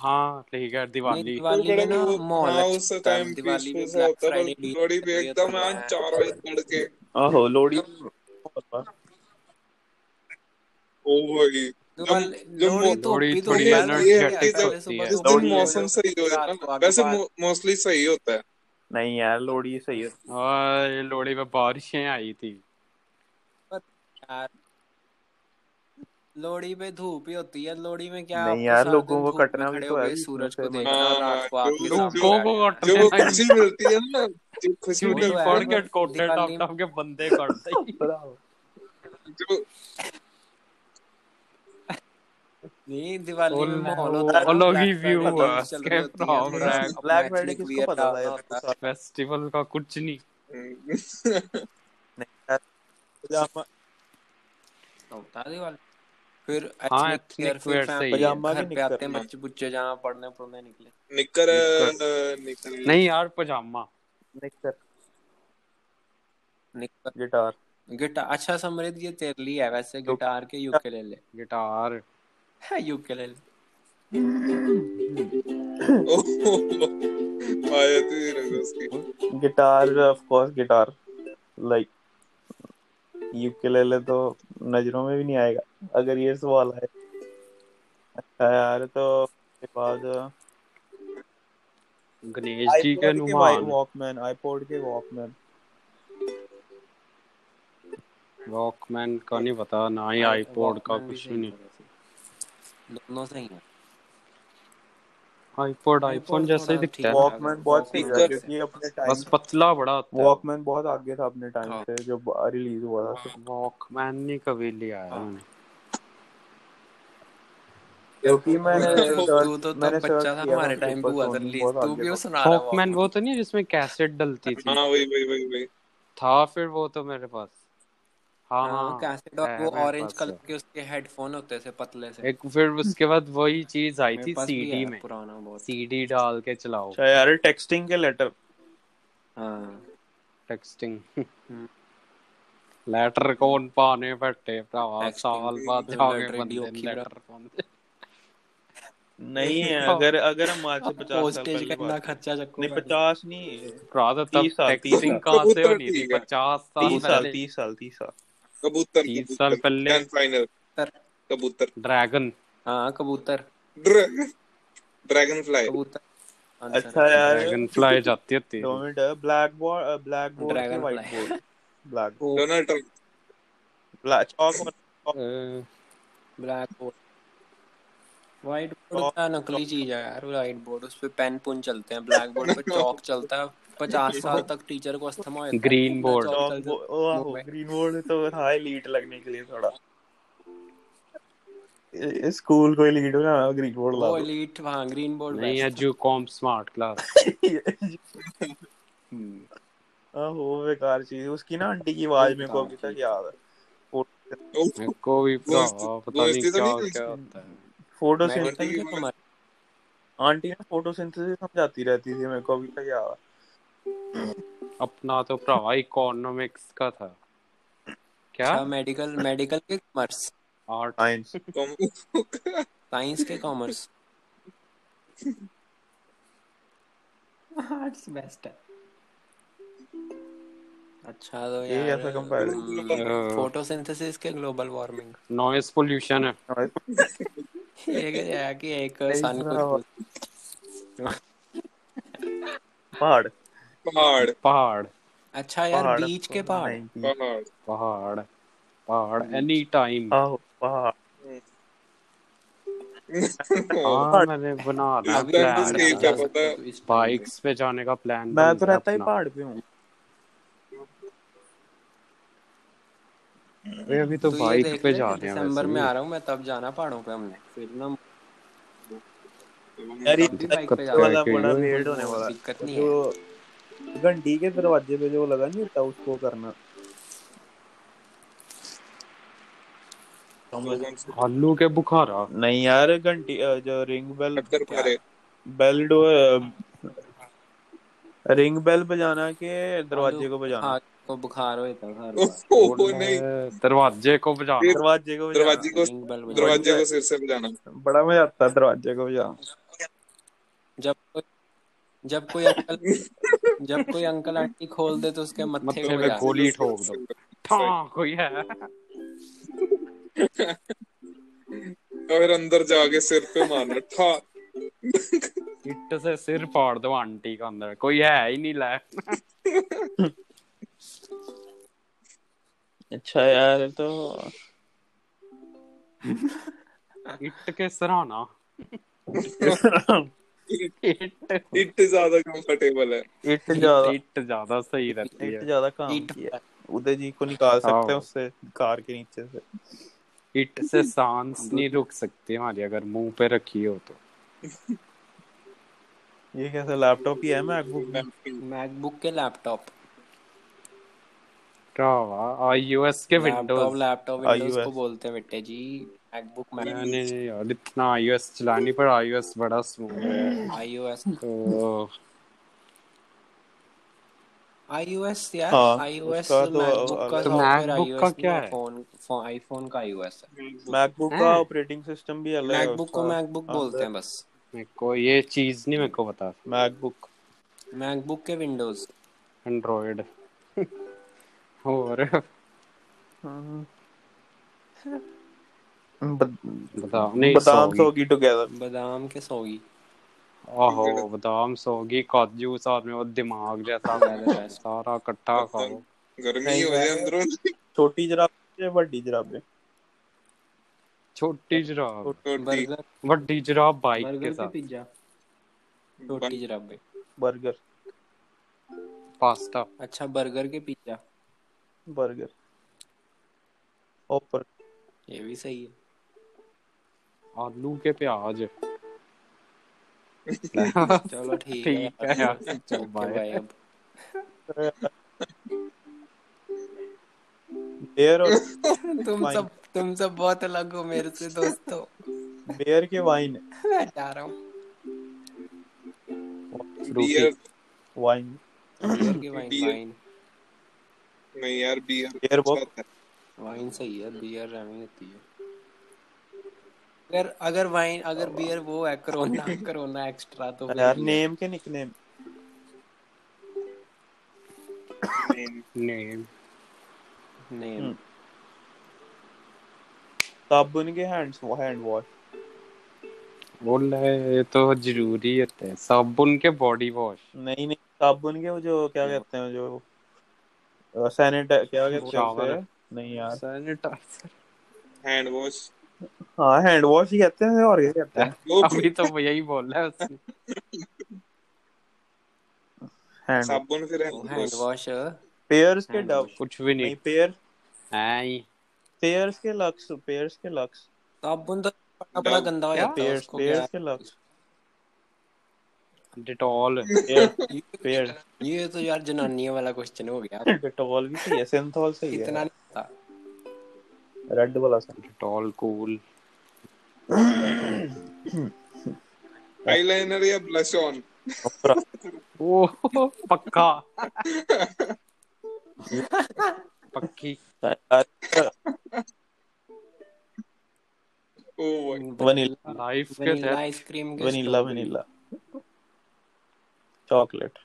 S2: हाँ ठीक है
S1: नहीं
S2: दिवाली
S1: दिवाली
S3: बड़ा
S1: में ना
S3: वो-
S1: मॉल
S3: हाँ,
S1: अच्छा
S3: उस
S1: होता है
S3: time
S1: दिवाली में
S3: peaceful सा
S1: ब्लैक
S3: होता, बस
S1: फ्राइडे डील
S3: लोहड़ी पे एकदम आज चार बजे तड़के
S4: आहो लोड़ी
S3: वो होगी जब- जब
S1: लोहड़ी तो
S2: लोहड़ी
S1: अभी तो
S2: थोड़ी
S1: ऊपर
S3: ये- ये
S1: होती है,
S2: energetic
S1: पहले
S2: होती
S1: सुबह
S2: है।
S1: तो
S3: जिस
S1: ऊपर
S3: दिन
S1: होती
S4: लोहड़ी
S1: है,
S3: मौसम सही हो
S1: रात
S3: जाता
S1: को
S3: ना
S1: आगे
S3: वैसे
S1: बाहर-
S3: मोस्टली सही होता है
S4: नहीं यार लोड़ी सही है
S2: और ये लोहड़ी में बारिशें आई थी
S1: यार, लोहड़ी पे धूप ही होती है लोहड़ी में क्या
S4: नहीं
S1: आपको
S4: यार,
S1: सारा
S4: लोगों
S1: दिन
S4: को
S1: धूप में
S4: कटना भी
S1: खड़े
S4: तो
S1: हो
S4: है
S1: गए
S4: बीच में
S1: सूरज
S4: से
S1: को
S4: मजा।
S1: देखना
S3: हाँ,
S1: रात को
S3: जो-
S1: आपके सामने
S3: जो- जो-
S1: बैठ
S2: लोगों को
S1: जाना
S3: जो
S2: कटना
S3: वो
S2: है।
S3: खुशी मिलती है ना जो खुशी
S1: वो तो
S2: चूड़ी
S1: है,
S2: फोड़
S3: मिलती
S2: के
S1: पर
S2: कोटे टाप
S1: दिवाली में-
S2: टाप के बंदे करते ही
S4: ब्रावो।
S3: है जो
S1: नहीं दिवाली
S2: ਉਹ
S1: में
S2: ਲੈ,
S1: माहौल
S2: ਉਹ
S1: होता है ना
S2: अलग
S1: ब्लैक
S2: ही
S1: फ्राइडे
S2: व्यू
S1: डील्स
S2: है
S1: चल
S2: इसके
S1: रही होती है
S2: ਭਰਾ
S1: थोड़ा
S2: ब्लैक
S1: आपको
S4: ब्लैक
S1: मैच
S4: फ्राइडे
S1: में
S4: किसको
S1: वियर
S4: पता था
S1: डालना
S4: यार
S1: होता है
S2: ਫੈਸਟੀਵਲ ਦਾ ਕੁਝ ਨਹੀਂ
S3: हम्म,
S4: नहीं यार, पजामा
S1: होता है दिवाली फिर
S2: हाँ
S1: एथनिक
S2: एथनिक
S1: फिर
S2: वेयर से ही है।
S4: पजामा
S1: घर
S4: भी
S1: पे आते
S4: निकल
S1: हैं बच्चे बुच्चे जहाँ पढ़ने पढ़ने निकले
S3: निकर
S2: निकर।
S3: निकर
S2: ਨਹੀਂ ਯਾਰ ਪਜਾਮਾ
S4: निकर
S1: निकल
S4: गिटार
S1: गिटार अच्छा समृद्ध ये तेरे लिए है वैसे गिटार के ukulele
S2: guitar
S1: ukulele
S3: आयती रंग उसकी
S4: guitar of course guitar like ukulele तो नजरों में भी नहीं आएगा अगर ये सवाल है अच्छा यार तो उसके बाद
S2: ਗਣੇਸ਼ ਜੀ ਕੇ
S4: आईपॉड के
S2: ਨੂਹਾਨ
S4: वॉकमैन आईपॉड के वॉकमैन
S2: वॉकमैन का नहीं पता ना ही आईपॉड का कुछ भी नहीं
S1: दोनों सही है
S2: आईपॉड आईफोन जैसा ही दिखता है
S4: वॉकमैन बहुत सही था क्योंकि अपने टाइम
S2: बस पतला बड़ा होता है
S4: वॉकमैन बहुत आगे था अपने टाइम
S1: हाँ।
S4: से जब रिलीज हुआ था
S2: वॉकमैन नहीं कभी लिया है मैंने
S4: क्योंकि मैंने
S1: तू तो
S4: search-
S1: तब बच्चा था
S4: किया
S1: हमारे
S4: उसके
S1: टाइम पे
S4: ऊपर
S1: हुआ था
S4: Sony
S1: रिलीज
S4: बहुत
S1: तू
S4: आगे
S1: क्यों
S4: था।
S1: सुना रहा
S2: वॉकमैन वो तो नहीं जिसमें कैसेट डलती थी
S3: हाँ वही वही वही वही
S2: था फिर वो तो मेरे पास हाँ
S1: हाँ
S2: हाँ
S1: कैसेट और
S2: है
S1: वो
S2: मेरे
S1: ऑरेंज
S2: पास
S1: कलर
S2: है।
S1: के उसके हेडफोन होते थे पतले से
S2: एक फिर उसके बाद वही चीज आई
S1: मेरे
S2: थी
S1: पास भी
S2: सीडी
S1: है
S2: में
S1: पुराना बहुत
S2: सीडी डाल के चलाओ
S4: अच्छा यार टेक्सटिंग के लेटर
S1: हाँ
S2: टेक्सटिंग लेटर कौन पाने फटे भरावा
S1: Texting
S2: साल
S1: भी
S2: बाद
S1: तो
S2: आगे
S1: letter
S2: बंदे
S1: इडियोट की
S2: लेटर पाਉਂਦੇ
S4: नहीं है
S1: हाँ।
S4: अगर अगर हम आज से पचास साल
S1: होस्टेज
S4: पहले
S1: का इतना
S4: बात करें
S1: खर्चा चक्को
S4: नहीं पचास नहीं
S2: ਭਰਾ ਦਾ तब
S4: तीस साल, तीस
S2: टेक्सटिंग
S4: साल।
S2: कहां से
S3: कबूतर
S2: होनी थी
S3: ठीक है।
S2: 50 साल
S4: तीस साल
S2: पहले
S4: तीस साल तीस साल
S3: कबूतर
S2: तीस
S3: कबूतर
S2: साल पहले।
S3: grand final कबूतर
S2: ड्रैगन
S1: हाँ कबूतर
S3: ड्रैगन फ्लाई
S1: कबूतर आंसर
S4: अच्छा यार
S2: ड्रैगन फ्लाई जाती होती
S4: दो minute black board black board के
S1: Dragon
S4: white
S1: fly.
S4: Board black
S3: Donald Trump
S4: black chalk
S1: black board white board
S4: Chalk-
S1: क्या
S4: oh.
S1: नकली चीज है यार व्हाइट बोर्ड उस पे पेन पुन चलते हैं ब्लैक बोर्ड पे चौक चलता है पचास साल तक टीचर को अस्थमा होता है,
S2: Green
S1: कितना
S2: board.
S1: chalk
S4: चौक
S1: चलता है।
S4: वो ग्रीन बोर्ड तो था लीड लगने के लिए थोड़ा ए- स्कूल को लीड बनाना ग्रीन बोर्ड ला
S1: वो एलीट हाँ ग्रीन बोर्ड
S2: नहीं है
S1: बेस्ट
S2: जो कॉम स्मार्ट क्लास
S4: दो हाँ, वो बेकार चीज उसकी ना आंटी की आवाज मेरे को अभी तक याद है
S2: मेरे को भी भरावा पता
S3: वो
S2: नहीं
S3: इससे तो
S2: क्या
S3: नहीं
S2: क्या होता है
S4: फोटो
S1: मैं
S3: Photosynthesis-
S1: तो तुम्हारे
S4: आंटी ना फोटोसिंथेसिस समझाती रहती थी मेरे को अभी तक याद है
S2: अपना तो भरावा इकोनॉमिक्स का था क्या
S1: अच्छा मेडिकल मेडिकल के कॉमर्स
S2: आर्ट
S4: साइंस
S1: साइंस के कॉमर्स आर्ट्स बेस्ट है अच्छा तो
S4: ये
S1: यार
S4: ऐसा comparison।
S1: फोटोसिंथेसिस के ग्लोबल वार्मिंग
S2: नॉइस पोल्यूशन है
S1: ये क्या है कि एक
S4: नहीं,
S1: सन
S4: सुना
S1: को
S4: हुआ। पहाड़
S3: पहाड़
S2: पहाड़
S1: अच्छा यार
S4: पहाड़ तो
S1: बीच के पहाड़
S4: 90
S3: पहाड़
S2: पहाड़ पहाड़ एनी टाइम
S4: आहो, पहाड़
S2: हाँ
S4: पहाड़।
S2: मैंने बनाना
S1: अभी
S3: अब तो
S2: प्लान
S3: इसके
S1: जा
S2: है
S3: क्या पता
S1: सकते हो इस time पे।
S2: बाइक्स पे जाने का प्लान
S4: मैं तो रहता ही पहाड़ पे हूँ
S2: अरे अभी तो
S1: तो ये
S2: बाइक
S1: देख
S2: पे
S1: ले
S2: जा
S1: कि
S2: रहे हैं
S1: दिसंबर
S2: वैसे
S1: में
S2: भी
S1: आ रहा हूँ मैं तब जाना पहाड़ों पे हमने फिर ना
S4: यार ये
S1: तब भी बाइक पे
S2: दिक्कत
S1: जा रहा
S2: क्या है
S4: वाला
S2: कि-
S4: बड़ा
S1: हूँ
S4: वेट होने वाला तो है।
S1: दिक्कत नहीं है
S4: जो घंटी के दरवाजे पे जो लगा नहीं होता उसको करना
S2: आलू के बुखारा
S4: नहीं यार घंटी अ, जो रिंग बेल
S3: कट कर पा रहे
S4: बेल डोर रिंग बेल बजाना के
S1: हाँ,
S4: दरवाजे को बजाना
S1: बुखार को बुखार हो जाता है हर बार
S3: ओहो नहीं
S2: दरवाजे को बजाना
S4: दरवाजे को बजाना
S3: दरवाजे को
S1: रिंग बेल बजा
S3: दरवाजे को सिर से बजाना
S4: बड़ा मजा आता है दरवाजे को बजाना
S1: जब कोई जब कोई अंकल जब कोई अंकल आंटी खोल दे तो उसके मत्थे
S2: मत्थे
S1: को
S2: पे
S1: बजा
S2: गोली ठोक दो हाँ कोई है
S3: और अंदर जाके सिर पे मारना ठा
S2: इट से सिर फाड़ दो आंटी का अंदर कोई है ही नहीं लाया
S4: अच्छा यार तो
S2: इट के सराना इट
S3: इट ज्यादा कंफर्टेबल है
S4: इट ज्यादा
S2: इट इट ज्यादा सही रहती
S4: इट
S2: है
S4: ज्यादा काम
S1: ईट
S4: किया उदय जी को निकाल सकते हैं
S2: हाँ।
S4: उससे कार के नीचे से
S2: इट से सांस नहीं रुक सकती हमारी अगर मुंह पे रखी हो तो
S4: ये कैसा लैपटॉप ही है मैकबुक में
S1: मैकबुक के लैपटॉप
S2: भरावा आईओएस के
S1: laptop
S2: Windows
S1: laptop Windows
S4: iOS
S1: को बोलते हैं बेटे जी मैकबुक
S2: मैंने
S1: मैकबुक
S2: यार इतना आईओएस चलानी पर आईओएस बड़ा स्मूथ है
S1: आईओएस
S2: तो
S1: आईओएस यार
S4: हाँ,
S1: आईओएस
S4: उसका तो
S1: मैकबुक का सॉफ्टवेयर आईओएस नहीं
S2: तो मैकबुक का
S4: अलग-
S2: क्या
S1: है
S2: है?
S1: फोन फोन आईफोन का आईओएस है
S4: मैकबुक
S2: हैं?
S4: का ऑपरेटिंग सिस्टम भी अलग है
S1: मैकबुक को मैकबुक
S4: हाँ।
S1: बोलते हैं बस
S2: मेरे को ये चीज नहीं मेरे को पता
S4: मैकबुक
S1: मैकबुक के विंडोज
S2: एंड्रॉइड और बादाम नहीं
S4: बादाम
S2: सौगी
S4: सोगी टुगेदर
S1: बादाम के सोगी
S2: ओहो बादाम सौगी काजू साथ में वो दिमाग जैसा सारा इकट्ठा खाओ
S3: गर्मी हो जाए अंदरों
S4: छोटी जराबे या बड़ी जराबे
S2: छोटी जराब
S3: रोटी
S1: बर्गर
S2: बड़ी जराब बाइक के
S1: बर्गर की
S2: साथ
S1: पिज्जा रोटी जराबे
S4: बर्गर
S2: पास्ता
S1: अच्छा बर्गर के पिज्जा
S4: बर्गर ऊपर
S1: ये भी सही है
S2: आलू के प्याज
S1: चलो ठीक है
S2: ठीक है यार
S1: चलो
S2: बाय
S1: बाय अब
S4: बेयर और
S1: तुम
S4: Fine.
S1: सब तुम सब बहुत अलग हो मेरे से दोस्तों
S4: बेयर के वाइन
S1: मैं जा रहा हूँ
S2: रोटी
S3: बियर
S4: वाइन
S1: Beer के वाइन
S3: Beer.
S1: वाइन
S3: नहीं यार अच्छा बियर
S4: Beer वो-
S1: वाइन सही है बियर हमें होती है अगर अगर वाइन अगर बियर वो है कोरोना कोरोना एक्स्ट्रा तो फिर
S4: यार
S1: beer।
S4: नेम के निकनेम
S2: नेम
S1: नेम
S4: हम्म। साबुन के हैंड्स हैंड वॉश
S2: बोल रहे ये तो जरूरी होते हैं साबुन के बॉडी वॉश
S4: नहीं नहीं साबुन के वो जो क्या कहते हैं जो सैनिटाइज क्या कहते हैं
S2: Shower।
S4: उसे? नहीं यार
S2: सैनिटाइजर
S3: हैंड वॉश
S4: हाँ हैंड वॉश ही कहते हैं और क्या कहते हैं
S2: अभी तो वो यही बोल रहा है उसने
S4: हैंड
S3: साबुन फिर hand
S1: hand
S3: wash
S1: wash
S4: Pears के
S1: Hand
S4: डब
S2: कुछ भी
S4: नहीं
S2: नहीं
S4: पेयर
S2: आई
S4: पेयर्स के लक्स पेयर्स के लक्स
S1: साबुन तो बड़ा बड़ा
S3: Dove,
S1: गंदा हो
S2: क्या?
S1: जाता है
S4: पेयर्स
S1: उसको
S4: पेयर्स
S1: क्या
S4: के लक्स
S2: डिटॉल
S4: पेयर
S1: ये-
S4: पेयर
S1: ये तो यार जनानियों वाला क्वेश्चन हो गया
S4: डिटॉल भी सही है सिंथॉल सही
S1: इतना
S4: है
S1: नहीं पता
S4: रेड वाला सा
S2: डिटॉल कूल
S3: आईलाइनर या ब्लश ऑन
S2: ओ पक्का पक्की
S3: ओ
S4: वनीला
S2: लाइफ के
S1: वनीला
S2: तहत
S1: आइसक्रीम के
S4: vanilla vanilla chocolate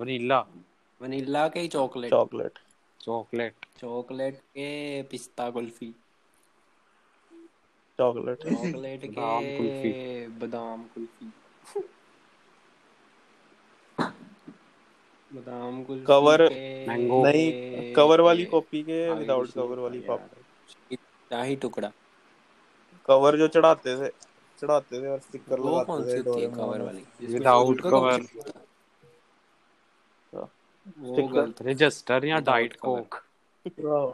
S2: vanilla
S1: vanilla के चॉकलेट
S4: चॉकलेट
S2: चॉकलेट
S1: चॉकलेट के पिस्ता कुल्फी
S4: चॉकलेट
S1: चॉकलेट
S2: बादाम कुल्फी।
S1: के बादाम कुल्फी बादाम कुल्फी
S4: Cover-
S1: के-
S2: मैंगो।
S4: नहीं कवर वाली कॉपी के
S1: आगे
S4: विदाउट
S1: कुछ नहीं
S4: कवर वाली
S1: पता यार।
S4: कॉपी
S1: शाही टुकड़ा
S4: कवर जो चढ़ाते थे चढ़ाते थे और स्टिकर
S1: वो कौन
S4: लगाते
S1: सी
S4: थे
S1: होती है
S4: डोरेमोन
S1: कवर
S4: में।
S1: वाली जिसमें
S2: Without
S1: फूल का कवर
S2: cover।
S1: होता है?
S4: तो
S1: वो
S4: Sticker।
S1: गलत
S2: रजिस्टर या
S1: Without
S2: डाइट
S1: cover।
S2: कोक
S4: वाह,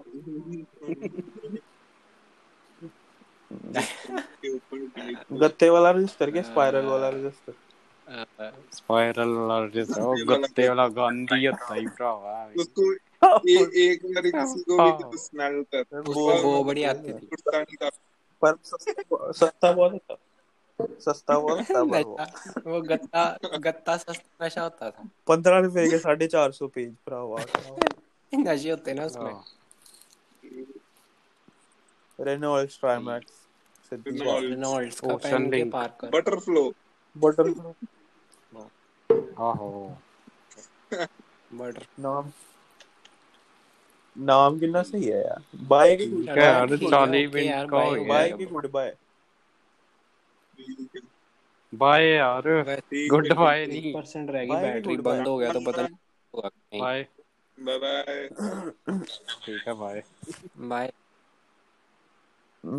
S3: के ऊपर डाइट
S4: गत्ते वाला रजिस्टर के स्पाइरल वाला
S1: हाँ।
S4: रजिस्टर
S2: स्पाइरल वाला रजिस्टर ओ गत्ते वाला गांधी होता ही भरावा
S3: उसको ए, एक बार किसी को भी तो स्मेल होता था
S1: उससे वो बड़ी आती थी
S3: कुर्ता नहीं था
S4: पर सस्ता सस्ता बहुत था सस्ता बहुत था पर वो
S1: नशा- वो गत्ता गत्ता सस्ता नशा होता था
S4: पंद्रह रुपए के साढ़े चार सौ पेज भरा हुआ
S1: नशे होते ना उसमें
S2: हाँ,
S4: रेनॉल्ड स्ट्राइमैक्स सिद्धि
S3: Renault।
S1: रेनॉल्ड्स का
S2: Ocean
S1: पेन के
S2: Link।
S1: पार्कर
S3: बटरफ्लो
S4: बटर
S2: आहो
S1: बटर
S4: नाम नाम कितना सही है यार बाय की
S2: ठीक
S4: गुड
S2: है यार
S1: ठीक है,
S2: चाली
S1: ओके यार,
S2: मिनट का हो
S1: bye,
S2: गया
S4: बाय की गुड बाय
S2: बाय यार
S3: ठीक
S2: गुड
S3: है।
S2: बाय नहीं
S1: परसेंट रह गई
S4: Bye,
S1: बैटरी
S4: goodbye.
S1: बंद हो गया तो पता नहीं
S2: बाय
S3: बाय बाय
S2: ठीक है बाय
S1: बाय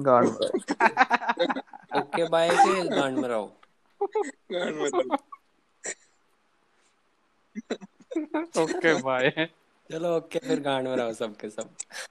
S4: गांड बाय
S1: ओके बाय के गांड में रहो
S3: गान मतलब
S2: ओके बाय
S1: चलो ओके फिर गांड में रहो सबके सब